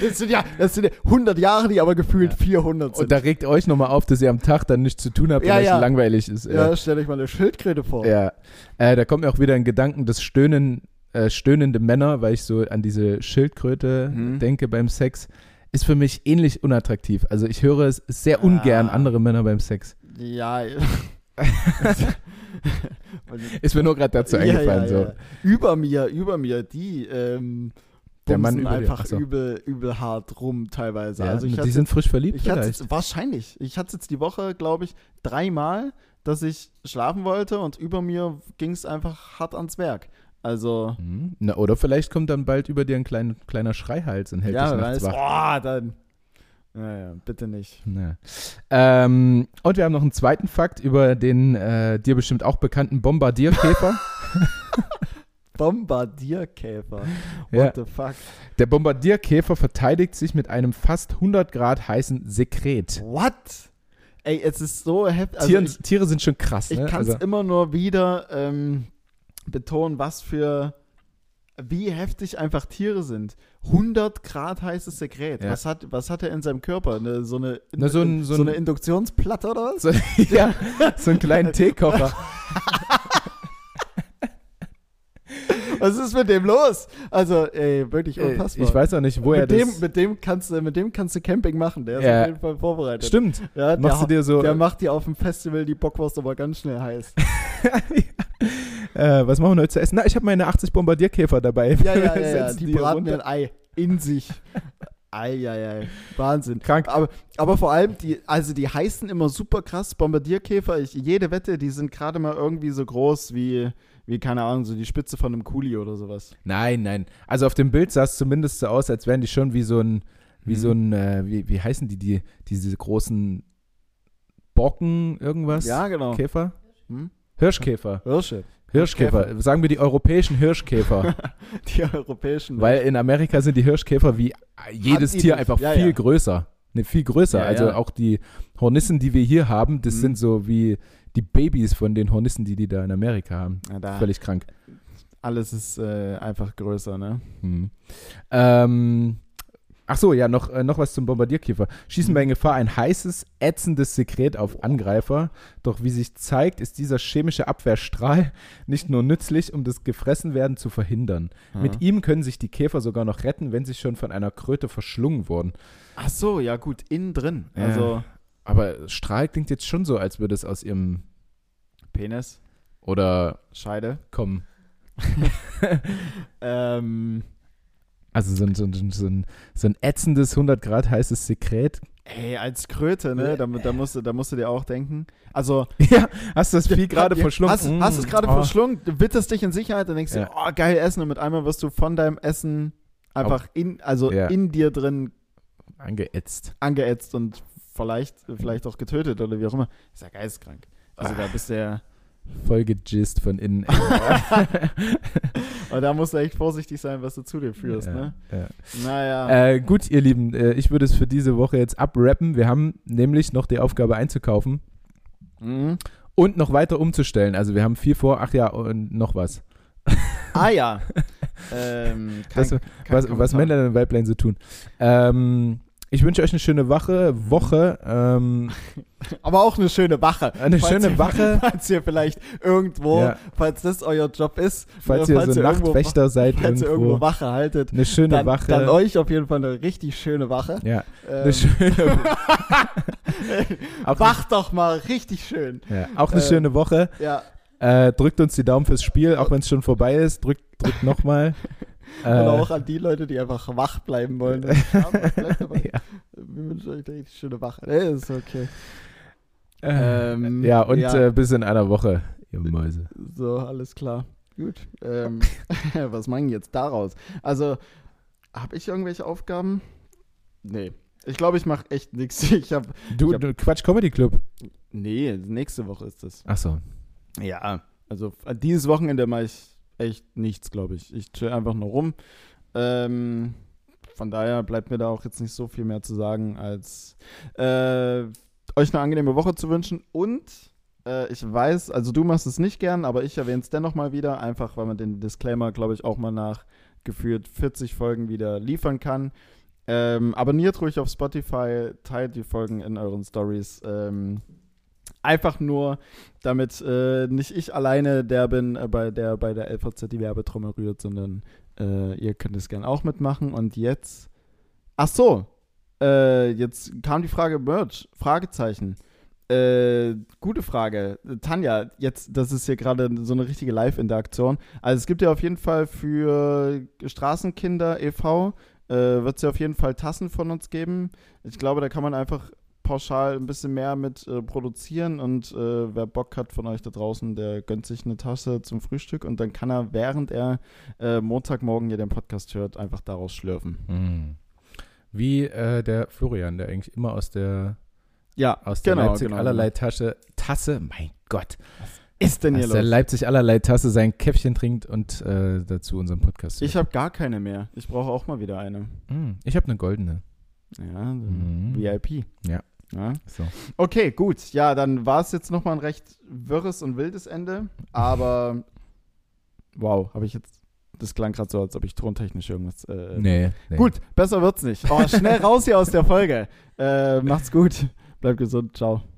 das sind ja, das sind ja 100 Jahre, die aber gefühlt
Ja.
400 sind.
Und da regt euch nochmal auf, dass ihr am Tag dann nichts zu tun habt,
Ja,
weil es
ja.
langweilig ist.
ja, stell euch mal eine Schildkröte vor.
ja. Äh, da kommt mir auch wieder ein Gedanken, das Stöhnen, äh, stöhnende Männer, weil ich so an diese Schildkröte
Mhm.
denke beim Sex, ist für mich ähnlich unattraktiv. Also ich höre es sehr ungern
Ah.
andere Männer beim Sex.
Ja.
Ist mir nur gerade dazu eingefallen. so.
Über mir, über mir, die ähm,
Der Mann
bumsen
über dir,
einfach
ach so.
übel, übel hart rum teilweise.
Ja,
also ich
die
hatte,
sind frisch verliebt
ich hatte
vielleicht.
jetzt, wahrscheinlich. Ich hatte jetzt die Woche, glaube ich, dreimal, dass ich schlafen wollte und über mir ging es einfach hart ans Werk. Also
Mhm. Na, oder vielleicht kommt dann bald über dir ein klein, kleiner Schreihals und hält
ja,
dich nachts
weiß,
wach.
oh, dann. Naja, bitte nicht.
Ja. Ähm, und wir haben noch einen zweiten Fakt über den äh, dir bestimmt auch bekannten Bombardierkäfer.
Bombardierkäfer. What
ja.
the fuck?
Der Bombardierkäfer verteidigt sich mit einem fast 100 Grad heißen Sekret.
What? Ey, es ist so heftig. Also
Tieren,
ich-
Tiere sind schon krass.
Ich
ne?
kann es
also,
immer nur wieder ähm, betonen, was für wie heftig einfach Tiere sind. 100 Grad heißes Sekret.
Ja.
Was, hat, was hat er in seinem Körper? Ne, so, eine,
Na, so ein- so ein-
eine Induktionsplatte oder was?
so, Also ja, so einen kleinen Teekocher.
Was ist mit dem los? Also, ey, wirklich
Äh,
unfassbar.
ich weiß auch nicht, wo er
mit dem,
das.
mit dem kannst du, mit dem kannst du Camping machen. Der ist
Ja.
auf jeden Fall vorbereitet.
Stimmt.
Ja,
Machst
der,
du dir so-
Der macht dir auf dem Festival die Bockwurst aber ganz schnell heiß.
Äh, was machen wir heute zu essen? Na, ich habe meine 80 Bombardierkäfer dabei.
Ja, ja, ja,
Wir
ja.
setzen
Die braten
runter.
mir ein Ei in sich. Ei, ei, ei. Wahnsinn.
Krank.
Aber, aber vor allem, die, also die heißen immer super krass Bombardierkäfer. Ich, jede Wette, die sind gerade mal irgendwie so groß wie, wie, keine Ahnung, so die Spitze von einem Kuli oder sowas.
Nein, nein. Also auf dem Bild sah es zumindest so aus, als wären die schon wie so ein, wie so
Mhm.
ein, äh, wie, wie heißen die, die, diese großen Bocken, irgendwas?
Ja, genau.
Käfer?
Hm?
Hirschkäfer.
Hirsche.
Hirschkäfer. Sagen wir die europäischen Hirschkäfer.
Die europäischen.
weil in Amerika sind die Hirschkäfer wie jedes
Antibisch.
Tier einfach
Ja,
viel
ja.
größer. Ne, viel größer.
Ja,
also
ja.
auch die Hornissen, die wir hier haben, das
Mhm.
sind so wie die Babys von den Hornissen, die die da in Amerika haben.
Ja, da,
Völlig krank.
alles ist äh, einfach größer, ne?
Hm. Ähm, ach so, ja, noch, äh, noch was zum Bombardierkäfer. Schießen
Hm.
wir in Gefahr ein heißes, ätzendes Sekret auf Angreifer. Doch wie sich zeigt, ist dieser chemische Abwehrstrahl nicht nur nützlich, um das Gefressenwerden zu verhindern. Mit ihm können sich die Käfer sogar noch retten, wenn sie schon von einer Kröte verschlungen wurden.
Ach so, ja gut, innen drin.
Ja.
Also
Aber Strahl klingt jetzt schon so, als würde es aus ihrem
Penis,
oder
Scheide.
kommen.
Ähm,
Also so ein, so ein, so ein- so ein, so ein ätzendes 100 Grad heißes Sekret.
ey, als Kröte, ne? Da, da, musst du, da musst du dir auch denken. Also
Ja, hast du das Vieh gerade
Ja,
verschlungen?
Hast, hast es gerade
Mm, oh.
verschlungen, du wittest dich in Sicherheit und denkst
Ja.
dir, oh, geil Essen. Und mit einmal wirst du von deinem Essen einfach in, also
Ja.
in dir drin
Angeätzt.
angeätzt und vielleicht, vielleicht auch getötet oder wie auch immer. Ist ja geisteskrank. Also da bist du ja,
Voll gejist von innen.
aber da musst du echt vorsichtig sein, was du zu dir führst,
ja,
ne?
ja.
Naja.
Äh, gut, ihr Lieben, äh, ich würde es für diese Woche jetzt abrappen. Wir haben nämlich noch die Aufgabe einzukaufen
Mhm.
und noch weiter umzustellen. Also wir haben viel vor. Ach ja, und noch was.
Ah ja. ähm, kein,
Das- was, was
Kommentar.
Männer und Weiblein so tun. Ähm, ich wünsche euch eine schöne Woche. Woche. Ähm,
Aber auch eine schöne Wache.
Eine schöne
ihr,
Wache.
Falls ihr vielleicht irgendwo,
Äh. Ja.
falls das euer Job ist,
falls
äh,
ihr so
irgendwo-
Nachtwächter seid
Falls ihr
irgendwo.
irgendwo Wache haltet,
eine schöne
dann,
Wache.
dann euch auf jeden Fall eine richtig schöne Wache.
ja, eine
Ähm,
schöne, auch,
wach doch mal richtig schön.
ja, auch eine
äh,
schöne Woche.
Ja,
Äh, drückt uns die Daumen fürs Spiel, auch wenn es schon vorbei ist. Drückt, drückt nochmal.
und
Äh,
auch an die Leute, die einfach wach bleiben wollen. Ja, bleibt dabei. Wir wünschen euch eine richtig schöne Wache. Nee, ist okay. Ähm,
ja, und
ja.
Äh, bis in einer Woche, ihr Mäuse.
So, alles klar. Gut. Ähm, was machen jetzt daraus? Also, habe ich irgendwelche Aufgaben? Nee. Ich glaube, ich mache echt nichts. Ich habe.
Du,
Ich hab-
du Quatsch Comedy Club.
Nee, nächste Woche ist das.
Achso.
Ja, also äh, dieses Wochenende mache ich echt nichts, glaube ich. Ich chill einfach nur rum. Ähm, von daher bleibt mir da auch jetzt nicht so viel mehr zu sagen, als äh, euch eine angenehme Woche zu wünschen. Und äh, ich weiß, also du machst es nicht gern, aber ich erwähne es dennoch mal wieder, einfach weil man den Disclaimer, glaube ich, auch mal nach geführt 40 Folgen wieder liefern kann. Ähm, abonniert ruhig auf Spotify, teilt die Folgen in euren Stories. Ähm, einfach nur, damit äh, nicht ich alleine der bin, äh, bei der bei der LVZ die Werbetrommel rührt, sondern äh, ihr könnt es gern auch mitmachen. Und jetzt, ach so, äh, jetzt kam die Frage Merch, Fragezeichen. Äh, gute Frage. Tanja, jetzt, das ist hier gerade so eine richtige Live-Interaktion. Also es gibt ja auf jeden Fall für Straßenkinder e.V. Äh, wird es ja auf jeden Fall Tassen von uns geben. Ich glaube, da kann man einfach pauschal ein bisschen mehr mit äh, produzieren und äh, wer Bock hat von euch da draußen, der gönnt sich eine Tasse zum Frühstück und dann kann er, während er äh, Montagmorgen hier den Podcast hört, einfach daraus schlürfen.
Wie äh, der Florian, der eigentlich immer aus der,
Ja,
aus der
Genau,
Leipzig
genau,
allerlei Tasche, Tasse, mein Gott,
ist denn hier
aus der
los?
Leipzig allerlei Tasse sein Käffchen trinkt und äh, dazu unseren Podcast.
Ich habe gar keine mehr. Ich brauche auch mal wieder eine.
Mm, ich habe eine goldene.
Ja,
Mhm.
VIP.
Ja.
ja.
So.
Okay, gut. Ja, dann war es jetzt nochmal ein recht wirres und wildes Ende, aber wow, habe ich jetzt. Das klang gerade so, als ob ich tontechnisch irgendwas äh,
Nee, nee.
Gut, besser wird's nicht. Oh, schnell raus hier aus der Folge. Äh, macht's gut. Bleibt gesund. Ciao.